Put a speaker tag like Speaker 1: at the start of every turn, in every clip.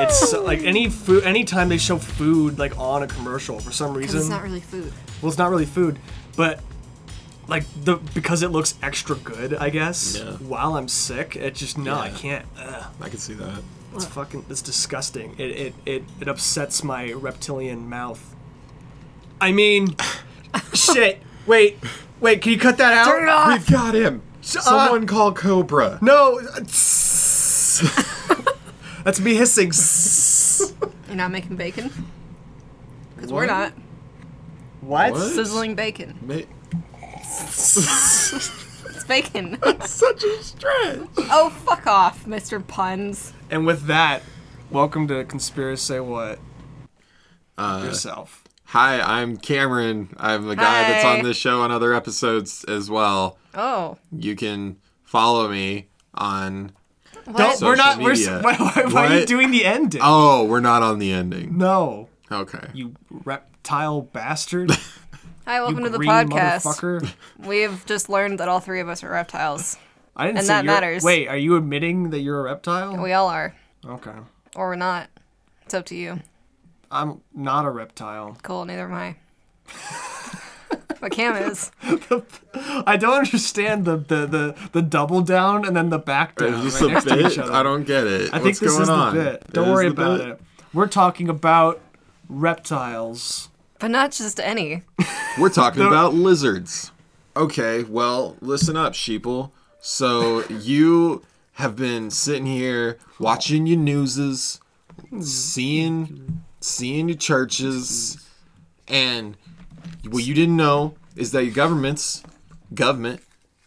Speaker 1: It's so, like any food, anytime they show food like on a commercial for some
Speaker 2: Because
Speaker 1: reason.
Speaker 2: it's not really food.
Speaker 1: well, it's not really food, but like the because it looks extra good, I guess.
Speaker 3: Yeah.
Speaker 1: While I'm sick, it just no, I
Speaker 3: Yeah.
Speaker 1: can't. Ugh,
Speaker 3: I can see that.
Speaker 1: it's fucking, it's disgusting. It it it, it upsets my reptilian mouth. I mean, shit. Wait, wait, can you cut that out?
Speaker 2: Turn it off!
Speaker 3: We've got him. Someone call Cobra.
Speaker 1: Ah! No. That's me hissing.
Speaker 2: You're not making bacon? Because
Speaker 3: What?
Speaker 2: we're not.
Speaker 1: What?
Speaker 3: What?
Speaker 2: Sizzling bacon.
Speaker 3: Ma-
Speaker 2: It's bacon.
Speaker 3: Such a stretch.
Speaker 2: oh, fuck off, Mr. Puns.
Speaker 1: And with that, welcome to Conspiracy Say What
Speaker 3: Uh,
Speaker 1: yourself.
Speaker 3: Hi, I'm Cameron. I'm the guy that's
Speaker 2: Hi.
Speaker 3: on this show and other episodes as well.
Speaker 2: Oh.
Speaker 3: You can follow me on.
Speaker 1: Don't,
Speaker 2: What?
Speaker 1: we're not. We're, s-
Speaker 3: Social
Speaker 1: why,
Speaker 3: media.
Speaker 1: why, why are you
Speaker 3: What?
Speaker 1: doing the ending?
Speaker 3: Oh, we're not on the ending.
Speaker 1: No,
Speaker 3: Okay.
Speaker 1: you reptile bastard.
Speaker 2: Hi,
Speaker 1: you
Speaker 2: welcome to the
Speaker 1: green
Speaker 2: podcast.
Speaker 1: motherfucker.
Speaker 2: We have just learned that all three of us are reptiles.
Speaker 1: I didn't
Speaker 2: And
Speaker 1: say
Speaker 2: that
Speaker 1: you're-
Speaker 2: matters. Oh,
Speaker 1: Wait, are you admitting that you're a reptile?
Speaker 2: We all are.
Speaker 1: Okay,
Speaker 2: Or we're not. It's up to you.
Speaker 1: I'm not a reptile.
Speaker 2: Cool, neither am I. but Cam is.
Speaker 1: I don't understand the the the, the double down and then the back down
Speaker 3: Is this
Speaker 1: right next
Speaker 3: a
Speaker 1: to each
Speaker 3: bit?
Speaker 1: other.
Speaker 3: I don't get it.
Speaker 1: I think
Speaker 3: What's
Speaker 1: this
Speaker 3: going
Speaker 1: is
Speaker 3: on?
Speaker 1: the bit. Don't
Speaker 3: It is
Speaker 1: worry
Speaker 3: the
Speaker 1: about
Speaker 3: bit?
Speaker 1: it. We're talking about reptiles.
Speaker 2: But not just any.
Speaker 3: We're talking about lizards. Okay, well, listen up, sheeple. So you have been sitting here watching your newses, seeing seeing your churches, and what you didn't know is that your government's government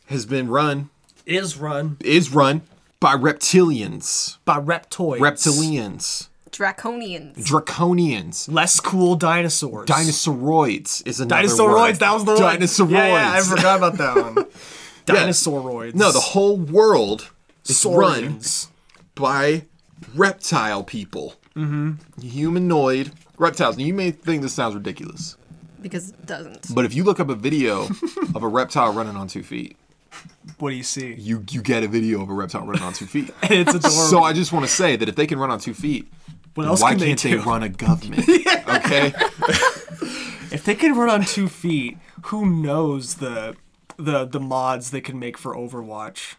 Speaker 3: has been run
Speaker 1: Is run
Speaker 3: is run by reptilians.
Speaker 1: by reptoids.
Speaker 3: Reptilians.
Speaker 2: Draconians.
Speaker 3: Draconians.
Speaker 1: Less cool dinosaurs.
Speaker 3: Dinosauroids is another
Speaker 1: Dinosauroids.
Speaker 3: word.
Speaker 1: That was the one.
Speaker 3: Dinosauroids.
Speaker 1: Yeah, yeah, I forgot about that one. Dinosauroids.
Speaker 3: No, the whole world is run
Speaker 1: Saurians.
Speaker 3: by reptile people. Mm-hmm. Humanoid reptiles. Now, you may think this sounds ridiculous,
Speaker 2: Because it doesn't.
Speaker 3: but if you look up a video of a reptile running on two feet,
Speaker 1: What do you see?
Speaker 3: you, you get a video of a reptile running on two feet.
Speaker 1: It's adorable.
Speaker 3: so I just want to say that if they can run on two feet,
Speaker 1: what else
Speaker 3: why
Speaker 1: can
Speaker 3: can't
Speaker 1: they
Speaker 3: they
Speaker 1: do?
Speaker 3: run a government? Okay?
Speaker 1: If they can run on two feet, who knows the the the mods they can make for Overwatch?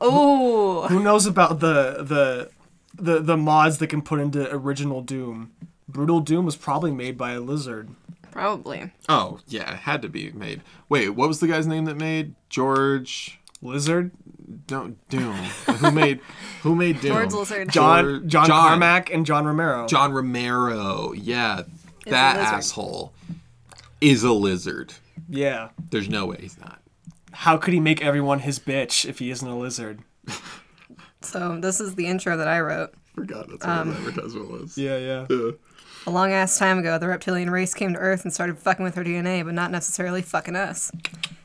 Speaker 2: Oh,
Speaker 1: Who knows about the the the the mods they can put into original Doom? Brutal Doom was probably made by a lizard.
Speaker 2: probably.
Speaker 3: Oh, yeah, it had to be made. Wait, what was the guy's name that made George
Speaker 1: Lizard?
Speaker 3: Don't Doom? who made Who made Doom?
Speaker 2: George Lizard.
Speaker 1: John, John
Speaker 3: John.
Speaker 1: Carmack and John Romero.
Speaker 3: John Romero. Yeah,
Speaker 2: a
Speaker 3: that
Speaker 2: lizard.
Speaker 3: asshole is a lizard.
Speaker 1: Yeah.
Speaker 3: There's no way he's not.
Speaker 1: How could he make everyone his bitch if he isn't a lizard?
Speaker 2: So, this is the intro that I wrote.
Speaker 3: Forgot that's what
Speaker 2: Um,
Speaker 3: that advertisement was.
Speaker 1: Yeah, yeah.
Speaker 2: A long ass time ago, the reptilian race came to Earth and started fucking with our DNA, but not necessarily fucking us.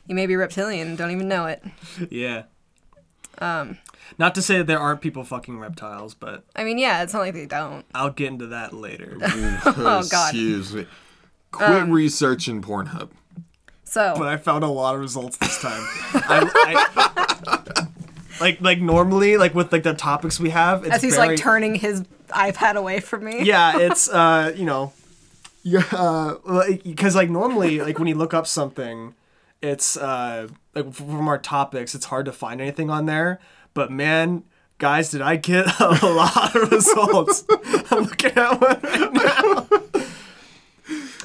Speaker 2: You may be reptilian and don't even know it.
Speaker 1: Yeah. Um
Speaker 2: Um.
Speaker 1: not to say that there aren't people fucking reptiles, but
Speaker 2: I mean, yeah, it's not like they don't.
Speaker 1: I'll get into that later.
Speaker 2: Oh, God.
Speaker 3: Excuse me. Quit researching Pornhub.
Speaker 1: but
Speaker 2: So,
Speaker 1: I found a lot of results this time. I, I- like like normally, like with like the topics we have, it's
Speaker 2: as he's
Speaker 1: very,
Speaker 2: like turning his iPad away from me.
Speaker 1: yeah, it's uh, you know, yeah, because like normally, like when you look up something, it's uh, like f- from our topics, it's hard to find anything on there. But man, guys, did I get a lot of results? I'm looking at one right now.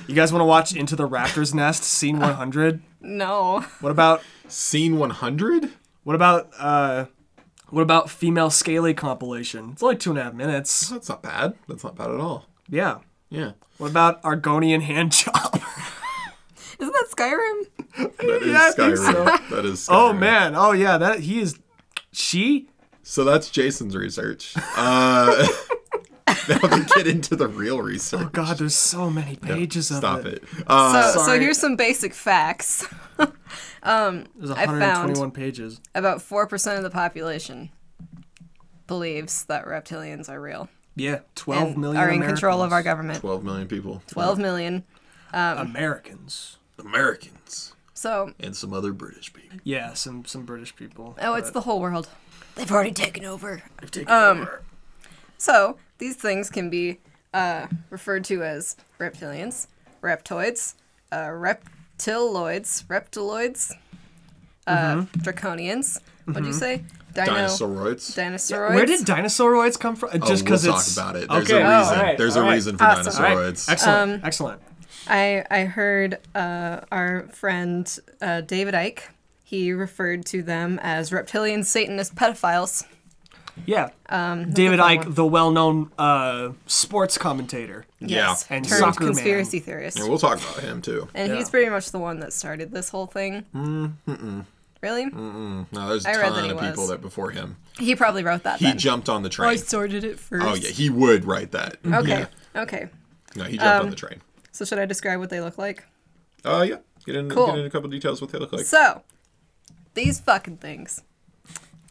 Speaker 1: You guys want to watch Into the Raptor's Nest, scene 100?
Speaker 2: No.
Speaker 1: What about
Speaker 3: Scene 100?
Speaker 1: what about uh, what about female scaly compilation? It's only two and a half minutes.
Speaker 3: That's not bad. That's not bad at all.
Speaker 1: Yeah.
Speaker 3: Yeah.
Speaker 1: What about Argonian hand job?
Speaker 2: Isn't that Skyrim?
Speaker 3: That is
Speaker 1: Yeah, I think
Speaker 3: Skyrim. That is Skyrim.
Speaker 1: Oh man! Oh yeah, that he is. She.
Speaker 3: So that's Jason's research. Uh, now we get into the real research.
Speaker 1: God, there's so many pages of
Speaker 3: Stop
Speaker 1: it.
Speaker 3: it. Uh,
Speaker 2: so, so
Speaker 1: sorry.
Speaker 2: here's some basic facts
Speaker 1: There's
Speaker 2: I found-
Speaker 1: 121 pages.
Speaker 2: about 4% of the population believes that reptilians are real.
Speaker 1: Yeah, twelve
Speaker 2: and
Speaker 1: million
Speaker 2: are in control of our
Speaker 1: Americans.
Speaker 2: government.
Speaker 3: 12 million people.
Speaker 2: 12 million.
Speaker 1: Americans.
Speaker 3: Americans
Speaker 2: So,
Speaker 3: and some other British people.
Speaker 1: Yeah, some some British people.
Speaker 2: oh, it's the whole world. They've already taken over.
Speaker 1: Take over.
Speaker 2: So, these things can be uh, referred to as reptilians, reptoids, uh, reptiloids, reptiloids, uh,
Speaker 1: Mm-hmm.
Speaker 2: draconians. What'd you say? Dino-
Speaker 3: Dinosauroids.
Speaker 2: Dinosauroids.
Speaker 1: Where did dinosauroids come from? Uh, Just
Speaker 3: oh, we'll
Speaker 1: because
Speaker 3: talk
Speaker 1: it's
Speaker 3: about it. There's
Speaker 1: Okay.
Speaker 3: a
Speaker 1: Oh,
Speaker 3: reason.
Speaker 1: alright,
Speaker 3: There's a
Speaker 1: alright.
Speaker 3: reason for
Speaker 2: Awesome.
Speaker 1: All right,
Speaker 3: dinosauroids.
Speaker 1: excellent,
Speaker 2: Um,
Speaker 1: excellent.
Speaker 2: I I heard uh, our friend uh, David Icke. He referred to them as reptilian Satanist pedophiles.
Speaker 1: Yeah, David
Speaker 2: um, fun
Speaker 1: Icke,
Speaker 2: one.
Speaker 1: the well-known uh, sports commentator.
Speaker 3: Yeah.
Speaker 1: And
Speaker 2: turned
Speaker 1: soccer man.
Speaker 2: conspiracy theorist,
Speaker 3: And we'll talk about him too.
Speaker 2: and he's
Speaker 1: Yeah.
Speaker 2: pretty much the one that started this whole thing. Mm-mm. Really?
Speaker 3: No, there's a
Speaker 2: I read that
Speaker 3: ton
Speaker 2: he
Speaker 3: of people
Speaker 2: was.
Speaker 3: that before him.
Speaker 2: He probably wrote that.
Speaker 3: He
Speaker 2: then.
Speaker 3: jumped on the
Speaker 2: I
Speaker 3: train.
Speaker 2: started it first.
Speaker 3: Oh yeah, he would write that.
Speaker 2: Mm-hmm. Okay. Um,
Speaker 3: Yeah.
Speaker 2: Okay.
Speaker 3: No, he jumped on the train.
Speaker 2: So should I describe what they look like?
Speaker 3: Oh yeah. Get into,
Speaker 2: Cool.
Speaker 3: get into a couple details what they look like.
Speaker 2: So, these fucking things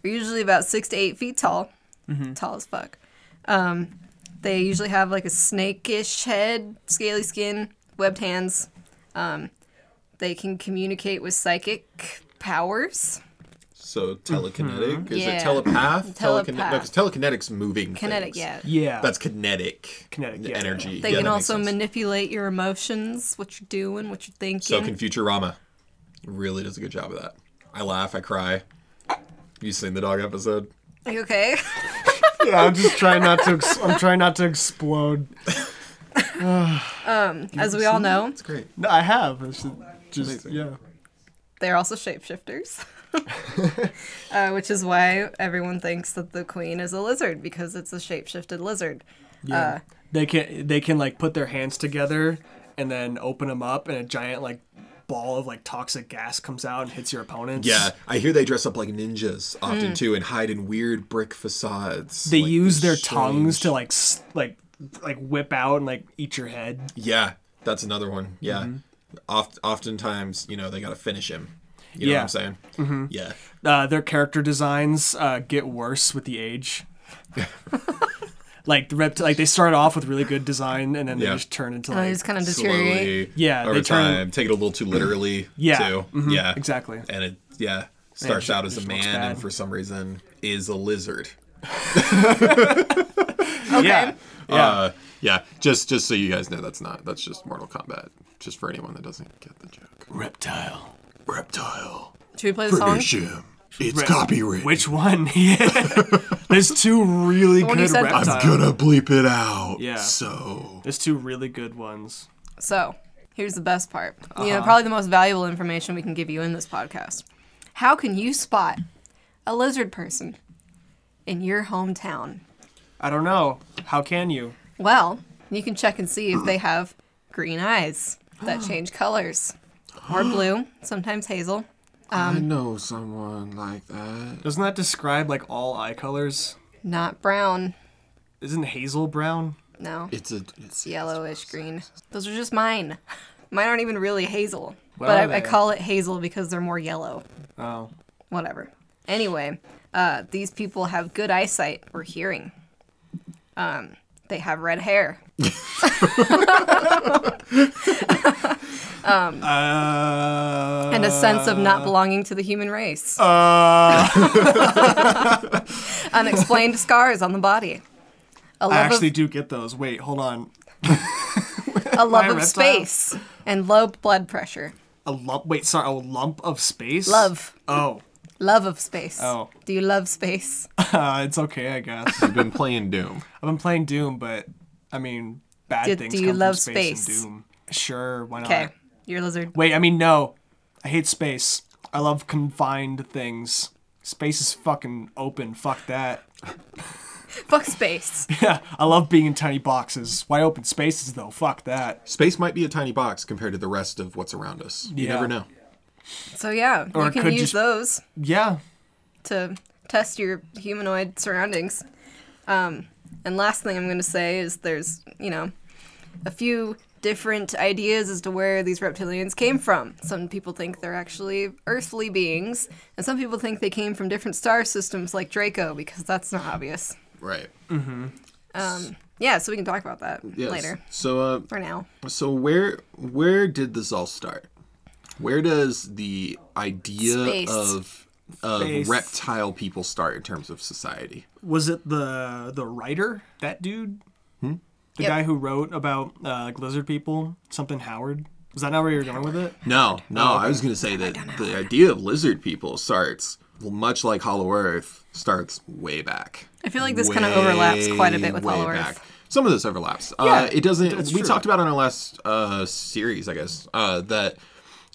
Speaker 2: are usually about six to eight feet tall, tall as fuck. Um, they usually have like a snakeish head, scaly skin, webbed hands. Um, they can communicate with psychic powers,
Speaker 3: So telekinetic is
Speaker 2: Mm-hmm. Yeah.
Speaker 3: it telepath?
Speaker 2: Telepath.
Speaker 3: Telekine- no, 'cause telekinetic's moving.
Speaker 2: kinetic.
Speaker 3: things.
Speaker 2: Yeah,
Speaker 1: Yeah,
Speaker 3: That's kinetic.
Speaker 1: Kinetic, yeah.
Speaker 3: energy.
Speaker 2: they
Speaker 3: Yeah,
Speaker 2: can
Speaker 3: that makes
Speaker 2: also
Speaker 3: sense.
Speaker 2: manipulate your emotions, what you're doing, what you're thinking.
Speaker 3: So can Futurama. Really does a good job of that. I laugh. I cry. You seen the dog episode?
Speaker 2: Are you okay?
Speaker 1: yeah. I'm just trying not to. Ex- I'm trying not to explode.
Speaker 2: As we all know,
Speaker 3: It's great.
Speaker 1: No, I have. It's just, just-
Speaker 3: Amazing.
Speaker 1: yeah.
Speaker 2: they're also shapeshifters, uh, which is why everyone thinks that the queen is a lizard because it's a shapeshifted lizard. Uh,
Speaker 1: They can they can like put their hands together and then open them up, and a giant like ball of like toxic gas comes out and hits your opponents.
Speaker 3: Yeah, I hear they dress up like ninjas often too, and hide in weird brick facades.
Speaker 1: Hmm. They
Speaker 3: like
Speaker 1: use
Speaker 3: this
Speaker 1: their
Speaker 3: strange-
Speaker 1: tongues to like s- like like whip out and like eat your head.
Speaker 3: Yeah, that's another one. Yeah,
Speaker 1: Mm-hmm.
Speaker 3: Oft, oftentimes you know they gotta finish him. You know
Speaker 1: Yeah.
Speaker 3: what I'm saying? Yeah,
Speaker 1: Uh, their character designs uh, get worse with the age. like the rept- like they start off with really good design and then they
Speaker 3: Yeah.
Speaker 1: just turn into
Speaker 2: and they
Speaker 1: like
Speaker 2: just kind of deteriorate.
Speaker 3: slowly.
Speaker 1: Yeah, they
Speaker 3: over
Speaker 1: turn-
Speaker 3: time, take it a little too literally.
Speaker 1: Yeah, Mm-hmm.
Speaker 3: too. Yeah,
Speaker 1: exactly.
Speaker 3: And it yeah starts
Speaker 1: ju-
Speaker 3: out as a
Speaker 1: just looks
Speaker 3: man, and
Speaker 1: bad.
Speaker 3: for some reason is a lizard.
Speaker 1: Yeah.
Speaker 3: Yeah. Uh, yeah, just just so you guys know, that's not that's just Mortal Kombat. Just for anyone that doesn't get the joke.
Speaker 1: Reptile.
Speaker 3: Reptile,
Speaker 2: Should we play the song?
Speaker 3: him. It's copyright.
Speaker 1: Which one? Yeah. There's two really
Speaker 2: one
Speaker 1: good
Speaker 2: you said- I'm
Speaker 1: reptiles.
Speaker 3: gonna bleep it out.
Speaker 1: uh, Yeah.
Speaker 3: So
Speaker 1: There's two really good ones.
Speaker 2: So, here's the best part. You
Speaker 3: Uh-huh.
Speaker 2: know, probably the most valuable information we can give you in this podcast. How can you spot a lizard person in your hometown?
Speaker 1: I don't know. How can you?
Speaker 2: Well, you can check and see if they have green eyes that change colors or blue, sometimes hazel.
Speaker 3: I know someone like that.
Speaker 1: Doesn't that describe like all eye colors?
Speaker 2: Not brown.
Speaker 1: Isn't hazel brown?
Speaker 2: No.
Speaker 3: It's a it's
Speaker 2: yellowish green. Those are just mine. Mine aren't even really hazel,
Speaker 1: What
Speaker 2: but
Speaker 1: are
Speaker 2: I,
Speaker 1: they?
Speaker 2: I call it hazel because they're more yellow.
Speaker 1: Oh.
Speaker 2: Whatever. Anyway, uh, these people have good eyesight or hearing. Um, they have red hair.
Speaker 1: Uh.
Speaker 2: and a sense of not belonging to the human race.
Speaker 1: Uh,
Speaker 2: Unexplained scars on the body. A
Speaker 1: I
Speaker 2: love
Speaker 1: actually
Speaker 2: of,
Speaker 1: do get those. Wait, hold on.
Speaker 2: a love
Speaker 1: I a
Speaker 2: of
Speaker 1: reptile?
Speaker 2: space and low blood pressure.
Speaker 1: A lump. Wait, sorry. A lump of space.
Speaker 2: Love.
Speaker 1: Oh,
Speaker 2: Love of space.
Speaker 1: Oh.
Speaker 2: Do you love space?
Speaker 1: uh, it's okay, I guess. I've
Speaker 3: I've been playing Doom.
Speaker 1: been playing Doom, but I mean, bad
Speaker 2: Do-
Speaker 1: things
Speaker 2: do you
Speaker 1: come
Speaker 2: love
Speaker 1: from space,
Speaker 2: space?
Speaker 1: and Doom. Sure, why not?
Speaker 2: Okay. You're a lizard.
Speaker 1: Wait, I mean, no. I hate space. I love confined things. Space is fucking open. Fuck that.
Speaker 2: Fuck space.
Speaker 1: Yeah, I love being in tiny boxes. Why open spaces though? Fuck that.
Speaker 3: Space might be a tiny box compared to the rest of what's around us. You
Speaker 1: Yeah.
Speaker 3: never know.
Speaker 2: So yeah,
Speaker 1: Or
Speaker 2: you
Speaker 1: it
Speaker 2: can
Speaker 1: could
Speaker 2: use
Speaker 1: just-
Speaker 2: those
Speaker 1: Yeah.
Speaker 2: to test your humanoid surroundings. Um, and last thing I'm going to say is there's you know a few different ideas as to where these reptilians came from. Some people think they're actually earthly beings, and some people
Speaker 1: Mm-hmm.
Speaker 2: think they came from different star systems like Draco because that's not obvious.
Speaker 3: Right.
Speaker 2: Um, yeah, so we can talk about that
Speaker 3: Yes.
Speaker 2: later.
Speaker 3: So, uh,
Speaker 2: For now,
Speaker 3: so where where did this all start? Where does the idea
Speaker 2: Space.
Speaker 3: of of
Speaker 1: Space.
Speaker 3: reptile people start in terms of society?
Speaker 1: Was it the the writer that dude? The
Speaker 2: Yep.
Speaker 1: guy who wrote about uh, like lizard people, something Howard. Was that not where you were going with it?
Speaker 3: No, no, I was going to say that the idea of lizard people starts much like Hollow Earth starts way back.
Speaker 2: I feel like this kind of overlaps quite a bit with
Speaker 3: way
Speaker 2: Hollow Earth.
Speaker 3: back. Some of this overlaps.
Speaker 1: Yeah,
Speaker 3: uh, it doesn't.
Speaker 1: it's
Speaker 3: we
Speaker 1: true.
Speaker 3: talked about on our last uh, series, I guess, uh, that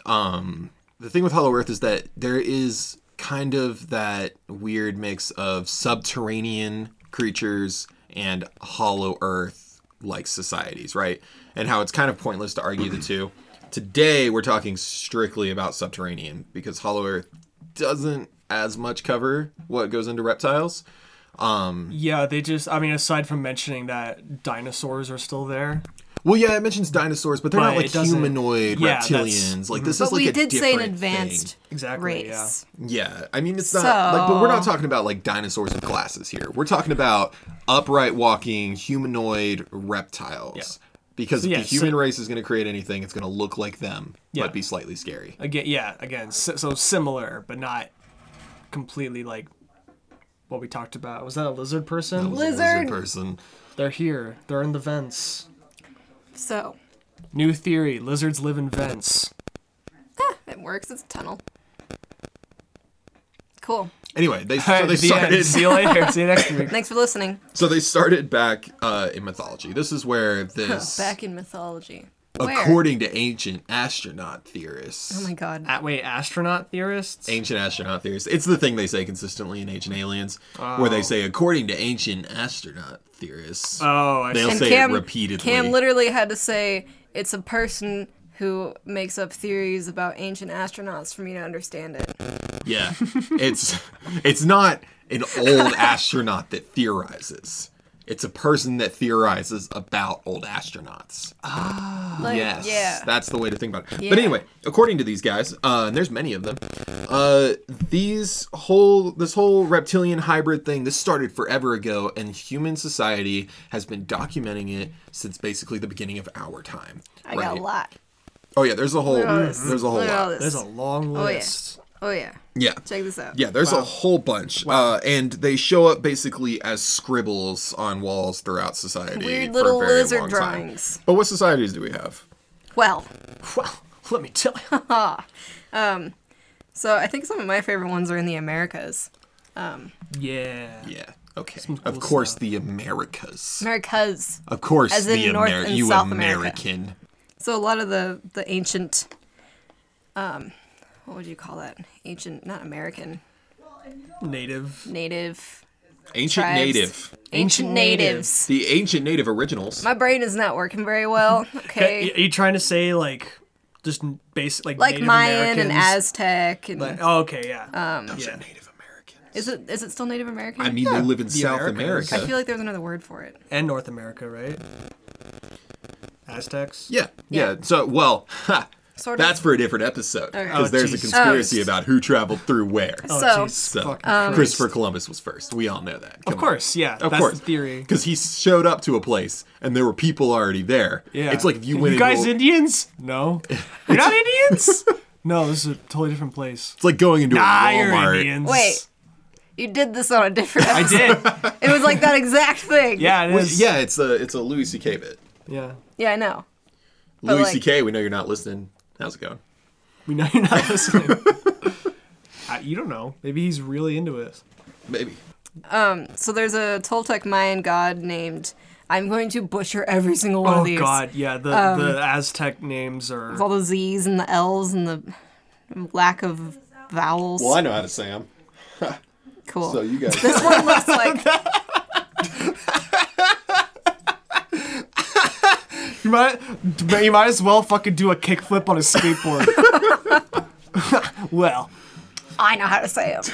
Speaker 3: um, the thing with Hollow Earth is that there is kind of that weird mix of subterranean creatures and Hollow Earth like societies, right? And how it's kind of pointless to argue the two. Today, we're talking strictly about subterranean because Hollow Earth doesn't as much cover what goes into reptiles.
Speaker 1: Yeah, they just. I mean, aside from mentioning that dinosaurs are still there,
Speaker 3: Well, yeah, it mentions dinosaurs, but they're
Speaker 1: But
Speaker 3: not like
Speaker 1: it doesn't-
Speaker 3: humanoid
Speaker 1: yeah, Mm-hmm.
Speaker 3: reptilians. Like this is
Speaker 2: But
Speaker 3: like
Speaker 2: we
Speaker 3: a
Speaker 2: did say an
Speaker 3: different thing.
Speaker 2: advanced
Speaker 1: Exactly,
Speaker 2: race.
Speaker 1: yeah.
Speaker 3: Yeah, I mean it's not like, but we're not talking about like dinosaurs with glasses here. We're talking about upright walking humanoid reptiles. Because
Speaker 1: Yeah,
Speaker 3: if
Speaker 1: so-
Speaker 3: the human race is going to create anything, it's going to look like them,
Speaker 1: Yeah.
Speaker 3: but be slightly scary.
Speaker 1: again, yeah, again, so, so similar, but not completely like what we talked about. Was that a lizard person?
Speaker 2: Lizard.
Speaker 3: person.
Speaker 1: They're here. They're in the vents.
Speaker 2: So
Speaker 1: New theory: lizards live in vents.
Speaker 2: it works. It's a tunnel. Cool.
Speaker 3: Anyway, they so
Speaker 1: Alright,
Speaker 3: they
Speaker 1: the
Speaker 3: started
Speaker 1: end. See you later. See you next week.
Speaker 2: Thanks for listening.
Speaker 3: so they started back uh, in mythology. This is where this
Speaker 2: Back in mythology. Where?
Speaker 3: according to ancient astronaut theorists.
Speaker 2: Oh my god.
Speaker 1: At wait, astronaut theorists.
Speaker 3: ancient astronaut theorists. It's the thing they say consistently in Ancient Aliens, where they say, according to ancient astronaut theorists,
Speaker 1: Oh, I
Speaker 3: they'll
Speaker 1: see.
Speaker 3: say it repeatedly.
Speaker 2: Cam literally had to say it's a person who makes up theories about ancient astronauts for me to understand it.
Speaker 3: Oh. yeah, it's it's not an old astronaut that theorizes. It's a person that theorizes about old astronauts.
Speaker 2: Like,
Speaker 3: Yes,
Speaker 2: Yeah.
Speaker 3: that's the way to think about it.
Speaker 2: Yeah.
Speaker 3: But anyway, according to these guys, uh, and there's many of them, uh, these whole this whole reptilian hybrid thing this started forever ago, and human society has been documenting it since basically the beginning of our time.
Speaker 2: I got a lot.
Speaker 3: Oh yeah, there's a whole
Speaker 2: all this.
Speaker 3: there's a whole
Speaker 2: Look at all
Speaker 3: lot.
Speaker 2: this.
Speaker 1: There's a long
Speaker 2: yeah.
Speaker 1: list.
Speaker 2: Oh yeah.
Speaker 3: Yeah.
Speaker 2: Check this out.
Speaker 3: Yeah, there's a whole bunch, uh, and they show up basically as scribbles on walls throughout society. for
Speaker 2: Weird
Speaker 3: a
Speaker 2: little
Speaker 3: very
Speaker 2: lizard
Speaker 3: long time.
Speaker 2: drawings.
Speaker 3: But what societies do we have?
Speaker 2: Well,
Speaker 1: Well, let me tell you.
Speaker 2: so I think some of my favorite ones are in the Americas.
Speaker 1: yeah.
Speaker 3: Yeah. Okay.
Speaker 1: cool
Speaker 3: Of course, the Americas.
Speaker 2: Americas.
Speaker 3: Of course,
Speaker 2: As in
Speaker 3: the
Speaker 2: North
Speaker 3: Ameri-
Speaker 2: and
Speaker 3: you
Speaker 2: South America.
Speaker 3: American.
Speaker 2: So a lot of the the ancient, um, what would you call that? Ancient, not American,
Speaker 1: Native.
Speaker 2: native,
Speaker 3: Ancient
Speaker 2: Tribes.
Speaker 3: native.
Speaker 2: ancient,
Speaker 1: Ancient
Speaker 2: natives.
Speaker 3: The ancient native originals.
Speaker 2: My brain is not working very well. Okay.
Speaker 1: Are you trying to say like just basic like
Speaker 2: like
Speaker 1: Native
Speaker 2: Mayan
Speaker 1: Americans?
Speaker 2: and Aztec Uh, and
Speaker 1: Like- oh, okay, yeah. Um,
Speaker 3: Those are
Speaker 1: yeah.
Speaker 3: Native Americans.
Speaker 2: is it is it still Native American?
Speaker 3: I mean, they live in South
Speaker 1: Americas.
Speaker 2: I
Speaker 3: America.
Speaker 2: feel like there's another word for it.
Speaker 1: and North America, right? Aztecs.
Speaker 3: yeah, yeah. So, well, ha,
Speaker 2: Sort of.
Speaker 3: that's for a different episode because
Speaker 1: Oh,
Speaker 3: there's
Speaker 1: jeez.
Speaker 3: a conspiracy about who traveled through where.
Speaker 2: so
Speaker 1: Oh, jeez,
Speaker 3: So,
Speaker 1: fucking
Speaker 2: Um,
Speaker 1: Christ.
Speaker 3: Christopher Columbus was first. We all know that.
Speaker 1: Of course, yeah.
Speaker 3: Of
Speaker 1: that's
Speaker 3: course,
Speaker 1: the theory.
Speaker 3: Because he showed up to a place and there were people already there.
Speaker 1: Yeah.
Speaker 3: it's like if you
Speaker 1: Are
Speaker 3: went.
Speaker 1: You guys
Speaker 3: into a-
Speaker 1: Indians? No. You're not Indians? No, this is a totally different place.
Speaker 3: It's like going into
Speaker 1: Ah,
Speaker 3: a
Speaker 1: you're
Speaker 3: Walmart.
Speaker 1: Indians.
Speaker 2: Wait. you did this on a different.
Speaker 1: I
Speaker 2: Episode.
Speaker 1: did.
Speaker 2: It was like that exact thing.
Speaker 1: Yeah, it
Speaker 3: Well,
Speaker 1: is.
Speaker 3: yeah, it's a it's a Louis C.K. bit.
Speaker 1: Yeah.
Speaker 2: Yeah, I know.
Speaker 3: Louis
Speaker 2: like-
Speaker 3: C.K. We know you're not listening. How's it going?
Speaker 1: We know you're not listening. I, you don't know. Maybe he's really into it.
Speaker 3: Maybe.
Speaker 2: So there's a Toltec Mayan god named. I'm going to butcher every single one
Speaker 1: oh
Speaker 2: of these. Um,
Speaker 1: God, yeah. The the Aztec names are.
Speaker 2: With all the Z's and the L's and the lack of vowels.
Speaker 3: Well, I know how to say them.
Speaker 2: Cool.
Speaker 3: So you guys.
Speaker 2: This one looks like
Speaker 1: You might you might as well fucking do a kickflip on a skateboard. well,
Speaker 2: I know how to say it.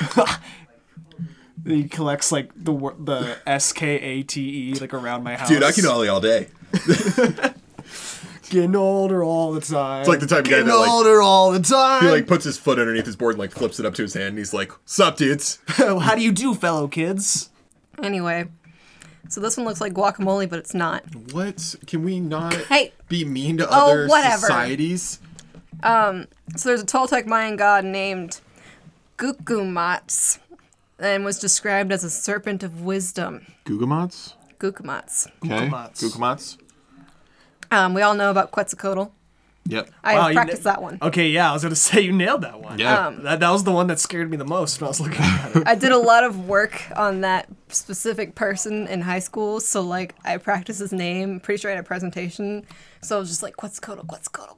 Speaker 1: he collects like the wor- the S K A T E like around my house.
Speaker 3: Dude, I can ollie all day.
Speaker 1: getting older all the time. It's
Speaker 3: like the type of guy that, like-
Speaker 1: older all the time.
Speaker 3: He like puts his foot underneath his board and like flips it up to his hand and he's like, Sup dudes.
Speaker 1: how do you do, fellow kids?
Speaker 2: Anyway, So this one looks like guacamole, but it's not.
Speaker 3: What? Can we not
Speaker 2: Hey. Oh,
Speaker 3: be mean to other
Speaker 2: whatever.
Speaker 3: societies?
Speaker 2: So there's a Toltec Mayan god named Gucumatz and was described as a serpent of wisdom.
Speaker 3: Gugamots?
Speaker 2: Gucumatz.
Speaker 3: Okay.
Speaker 1: Gugamots.
Speaker 3: Gugamots?
Speaker 2: Um, we all know about Quetzalcoatl.
Speaker 3: Yep.
Speaker 2: I
Speaker 1: Wow,
Speaker 2: have
Speaker 1: you
Speaker 2: practiced
Speaker 1: kn-
Speaker 2: that one.
Speaker 1: Okay, yeah, I was gonna say you nailed that one.
Speaker 3: Yeah.
Speaker 2: Um,
Speaker 1: That, that was the one that scared me the most when I was looking at it.
Speaker 2: I did a lot of work on that specific person in high school, so like I practiced his name. Pretty sure I had a presentation, so I was just like Quetzalcoatl, Quetzalcoatl,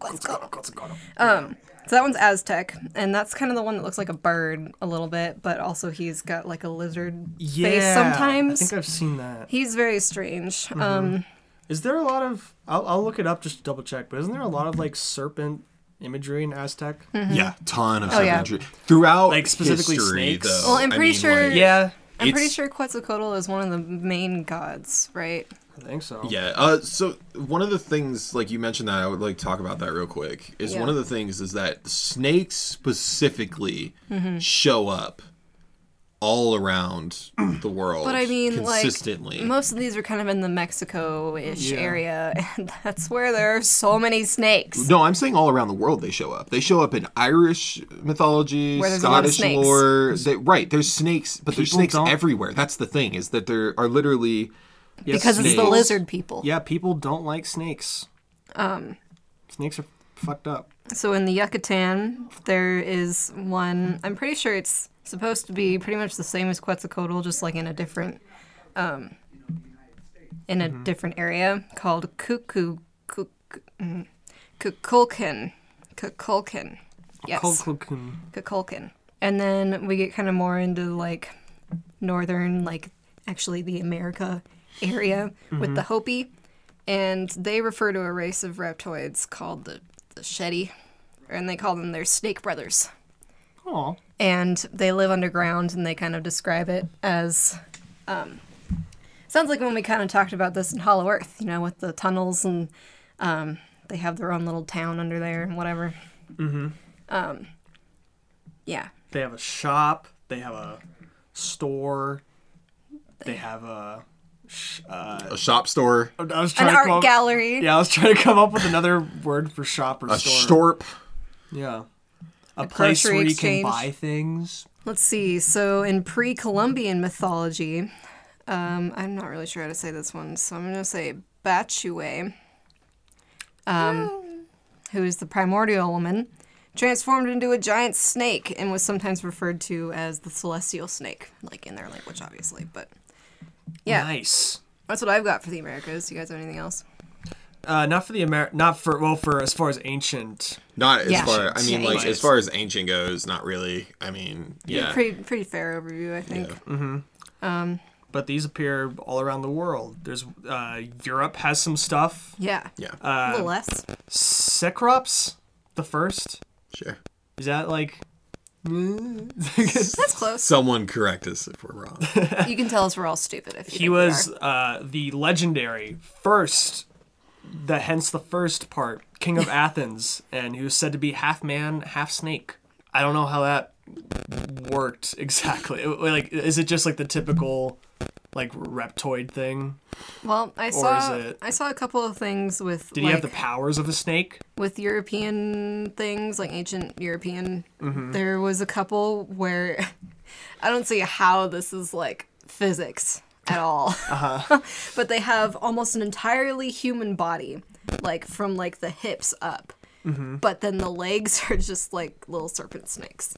Speaker 2: Quetzalcoatl. Um, so that one's Aztec, and that's kind of the one that looks like a bird a little bit, but also he's got like a lizard face sometimes.
Speaker 1: I think I've seen that.
Speaker 2: He's very strange. Um,
Speaker 1: Is there a lot of? I'll, I'll look it up just to double check. But isn't there a lot of like serpent imagery in Aztec?
Speaker 3: Yeah. Ton of
Speaker 2: Oh, yeah.
Speaker 3: savagery. Throughout
Speaker 1: Like, specifically
Speaker 3: history,
Speaker 1: snakes?
Speaker 3: though.
Speaker 2: Well, I'm
Speaker 3: I
Speaker 2: pretty
Speaker 3: mean,
Speaker 2: sure-
Speaker 3: like-
Speaker 1: Yeah,
Speaker 2: I'm pretty
Speaker 3: It's-
Speaker 2: sure Quetzalcoatl is one of the main gods, right?
Speaker 1: I think so.
Speaker 3: Yeah. Uh, so one of the things, like you mentioned, that I would like to talk about that real quick is
Speaker 2: Yeah.
Speaker 3: one of the things is that snakes specifically
Speaker 2: Mm-hmm.
Speaker 3: show up all around the world.
Speaker 2: But I mean,
Speaker 3: consistently.
Speaker 2: like most of these are kind of in the Mexico-ish
Speaker 1: Yeah.
Speaker 2: area, and that's where there are so many snakes.
Speaker 3: no, I'm saying all around the world they show up. They show up in Irish mythology,
Speaker 2: Where there's a lot of
Speaker 3: Scottish
Speaker 2: snakes.
Speaker 3: lore. They, right, there's snakes, but there's
Speaker 1: People
Speaker 3: snakes
Speaker 1: don't-
Speaker 3: everywhere. That's the thing is that there are literally
Speaker 1: Yes,
Speaker 2: because it's the
Speaker 3: snakes.
Speaker 2: lizard people.
Speaker 1: Yeah, people don't like snakes. Um, snakes are fucked up.
Speaker 2: So in the Yucatan, there is one. I'm pretty sure it's supposed to be pretty much the same as Quetzalcoatl, just like in a different, um, in
Speaker 1: Mm-hmm.
Speaker 2: a different area called mm, Cuckoo, Kukulkan, Kukulkan. Yes.
Speaker 1: Kulkulkan.
Speaker 2: Kukulkan. And then we get kind of more into like northern, like actually the America area with the Hopi. And they refer to a race of reptoids called the, the Shetty. And they call them their snake brothers.
Speaker 1: Aw.
Speaker 2: And they live underground and they kind of describe it as. Um, sounds like when we kind of talked about this in Hollow Earth, you know, with the tunnels and um, they have their own little town under there and whatever. Mm hmm. Um, yeah.
Speaker 1: They have a shop. They have a store. They have a. Sh- uh,
Speaker 3: a shop store,
Speaker 1: I was trying
Speaker 2: an
Speaker 1: to come
Speaker 2: art
Speaker 1: up-
Speaker 2: gallery.
Speaker 1: Yeah, I was trying to come up with another word for shop or
Speaker 3: a
Speaker 1: store.
Speaker 3: storp.
Speaker 1: Yeah. A, place
Speaker 2: grocery
Speaker 1: where you
Speaker 2: exchange.
Speaker 1: can buy things.
Speaker 2: Let's see. So in pre-Columbian mythology, um, I'm not really sure how to say this one, so I'm gonna say Batshue, um, Oh. who is the primordial woman, transformed into a giant snake and was sometimes referred to as the celestial snake, like in their language, obviously. But yeah,
Speaker 1: Nice.
Speaker 2: that's what I've got for the Americas. You guys have anything else?
Speaker 1: Uh, not for the Amer. Not for well, for as far as ancient.
Speaker 3: Not as
Speaker 2: Yeah.
Speaker 3: far. I mean,
Speaker 2: Yeah,
Speaker 3: like
Speaker 1: ancient.
Speaker 3: as far as ancient goes, not really. I mean, yeah.
Speaker 2: Pretty pretty fair overview, I think.
Speaker 1: But these appear all around the world. There's uh, Europe has some stuff.
Speaker 2: Yeah.
Speaker 3: Yeah.
Speaker 2: A little less.
Speaker 1: Cecrops, the first.
Speaker 3: sure.
Speaker 1: Is that like?
Speaker 2: That's close.
Speaker 3: Someone correct us if we're wrong.
Speaker 2: you can tell us we're all stupid if you
Speaker 1: he
Speaker 2: think we
Speaker 1: was uh, the legendary first, the hence the first part, king of Athens, and he was said to be half man, half snake. I don't know how that worked exactly. It- Like, is it just like the typical, like reptoid thing?
Speaker 2: Well, I saw
Speaker 1: is it-
Speaker 2: I saw a couple of things with
Speaker 1: Did
Speaker 2: like,
Speaker 1: he have the powers of a snake?
Speaker 2: with European things, like ancient European.
Speaker 1: Mm-hmm.
Speaker 2: There was a couple where I don't see how this is like physics at all.
Speaker 1: Uh-huh.
Speaker 2: but they have almost an entirely human body, like from like the hips up.
Speaker 1: Mm-hmm.
Speaker 2: But then the legs are just like little serpent snakes.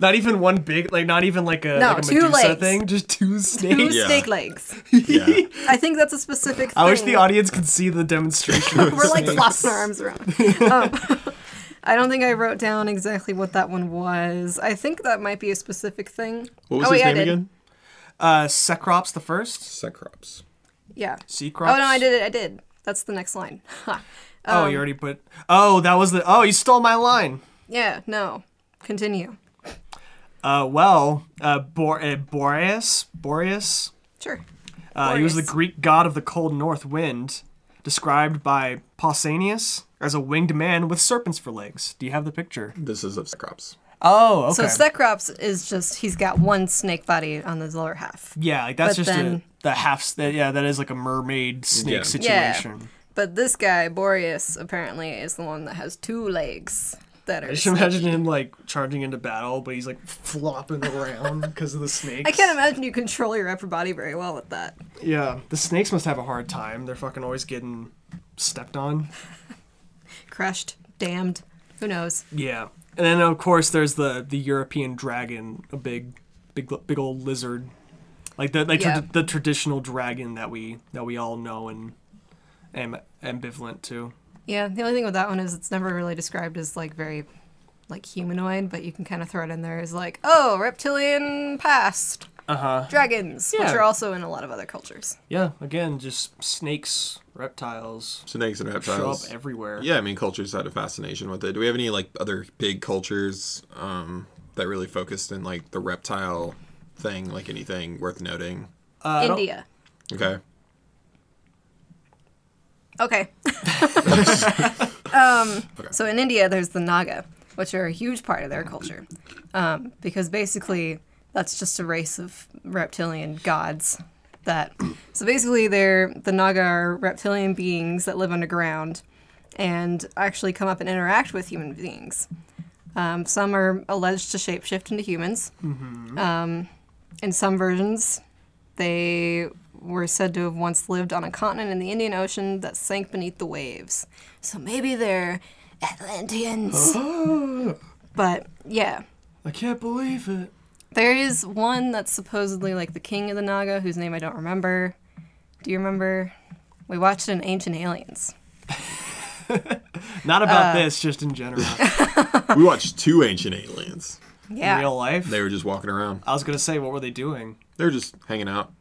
Speaker 1: Not even one big, like not even like a,
Speaker 2: No,
Speaker 1: like a
Speaker 2: two
Speaker 1: Medusa
Speaker 2: legs.
Speaker 1: thing. Just two snakes.
Speaker 2: Two
Speaker 3: Yeah.
Speaker 2: snake legs.
Speaker 3: yeah.
Speaker 2: I think that's a specific. Thing.
Speaker 1: I wish the audience could see the demonstration. of
Speaker 2: We're like
Speaker 1: snakes.
Speaker 2: flopping our arms around. Um, I don't think I wrote down exactly what that one was. I think that might be a specific thing.
Speaker 3: What was
Speaker 2: oh,
Speaker 3: his
Speaker 2: yeah, I
Speaker 3: name
Speaker 2: did.
Speaker 3: again?
Speaker 1: uh, Cecrops the first.
Speaker 3: Cyclops.
Speaker 2: Yeah.
Speaker 1: Cecrops.
Speaker 2: Oh no, I did it. I did. That's the next line. Uh, Ha.
Speaker 1: Oh,
Speaker 2: Um,
Speaker 1: you already put. Oh, that was the. Oh, you stole my line.
Speaker 2: yeah. No. Continue.
Speaker 1: Uh, well, uh, Bor- uh, Boreas. Boreas.
Speaker 2: Sure.
Speaker 1: Uh, he was the
Speaker 2: Boreas.
Speaker 1: Greek god of the cold north wind, described by Pausanias as a winged man with serpents for legs. Do you have the picture?
Speaker 3: This is of Cyclops.
Speaker 1: Oh, okay.
Speaker 2: So Sekrops is just he's got one snake body on his lower half.
Speaker 1: yeah, like that's
Speaker 2: but
Speaker 1: just a,
Speaker 2: then-
Speaker 1: the half. s- That, yeah, that is like a mermaid snake
Speaker 3: Yeah.
Speaker 1: situation.
Speaker 2: Yeah. But this guy Boreas apparently is the one that has two legs that are.
Speaker 1: I just
Speaker 2: snake-
Speaker 1: imagine him like charging into battle, but he's like flopping around because of the snakes.
Speaker 2: I can't imagine you control your upper body very well with that.
Speaker 1: Yeah, the snakes must have a hard time. They're fucking always getting stepped on.
Speaker 2: Crushed, damned, who knows?
Speaker 1: Yeah, and then of course there's the the European dragon, a big, big, big old lizard, like the like
Speaker 2: Yeah.
Speaker 1: tra- the traditional dragon that we that we all know and am ambivalent to.
Speaker 2: Yeah, the only thing with that one is it's never really described as like very like humanoid, but you can kind of throw it in there as like, oh, reptilian past. Uh huh. Dragons, which
Speaker 1: Uh-huh. Yeah.
Speaker 2: are also in a lot of other cultures.
Speaker 1: Yeah, again, just snakes, reptiles
Speaker 3: Snakes and
Speaker 1: show up
Speaker 3: reptiles.
Speaker 1: everywhere.
Speaker 3: Yeah, I mean, cultures had a fascination with it. Do we have any like other big cultures um, that really focused in like the reptile thing? Like anything worth noting?
Speaker 1: Uh, don't-
Speaker 2: India.
Speaker 3: Okay.
Speaker 2: Okay. um, So in India, there's the Naga, which are a huge part of their culture, um, because basically that's just a race of reptilian gods. That so basically they're the Naga are reptilian beings that live underground, and actually come up and interact with human beings. Um, some are alleged to shapeshift into humans. Um, in some versions, they were said to have once lived on a continent in the Indian Ocean that sank beneath the waves. So maybe they're Atlanteans. but yeah,
Speaker 1: I can't believe it.
Speaker 2: there is one that's supposedly like the king of the Naga, whose name I don't remember. Do you remember? We watched it in Ancient Aliens.
Speaker 1: Not about
Speaker 2: Uh,
Speaker 1: this, just in general,
Speaker 3: we watched two ancient aliens.
Speaker 2: Yeah.
Speaker 1: real life.
Speaker 3: They were just walking around.
Speaker 1: I was gonna say, what were they doing?
Speaker 3: They were just hanging out.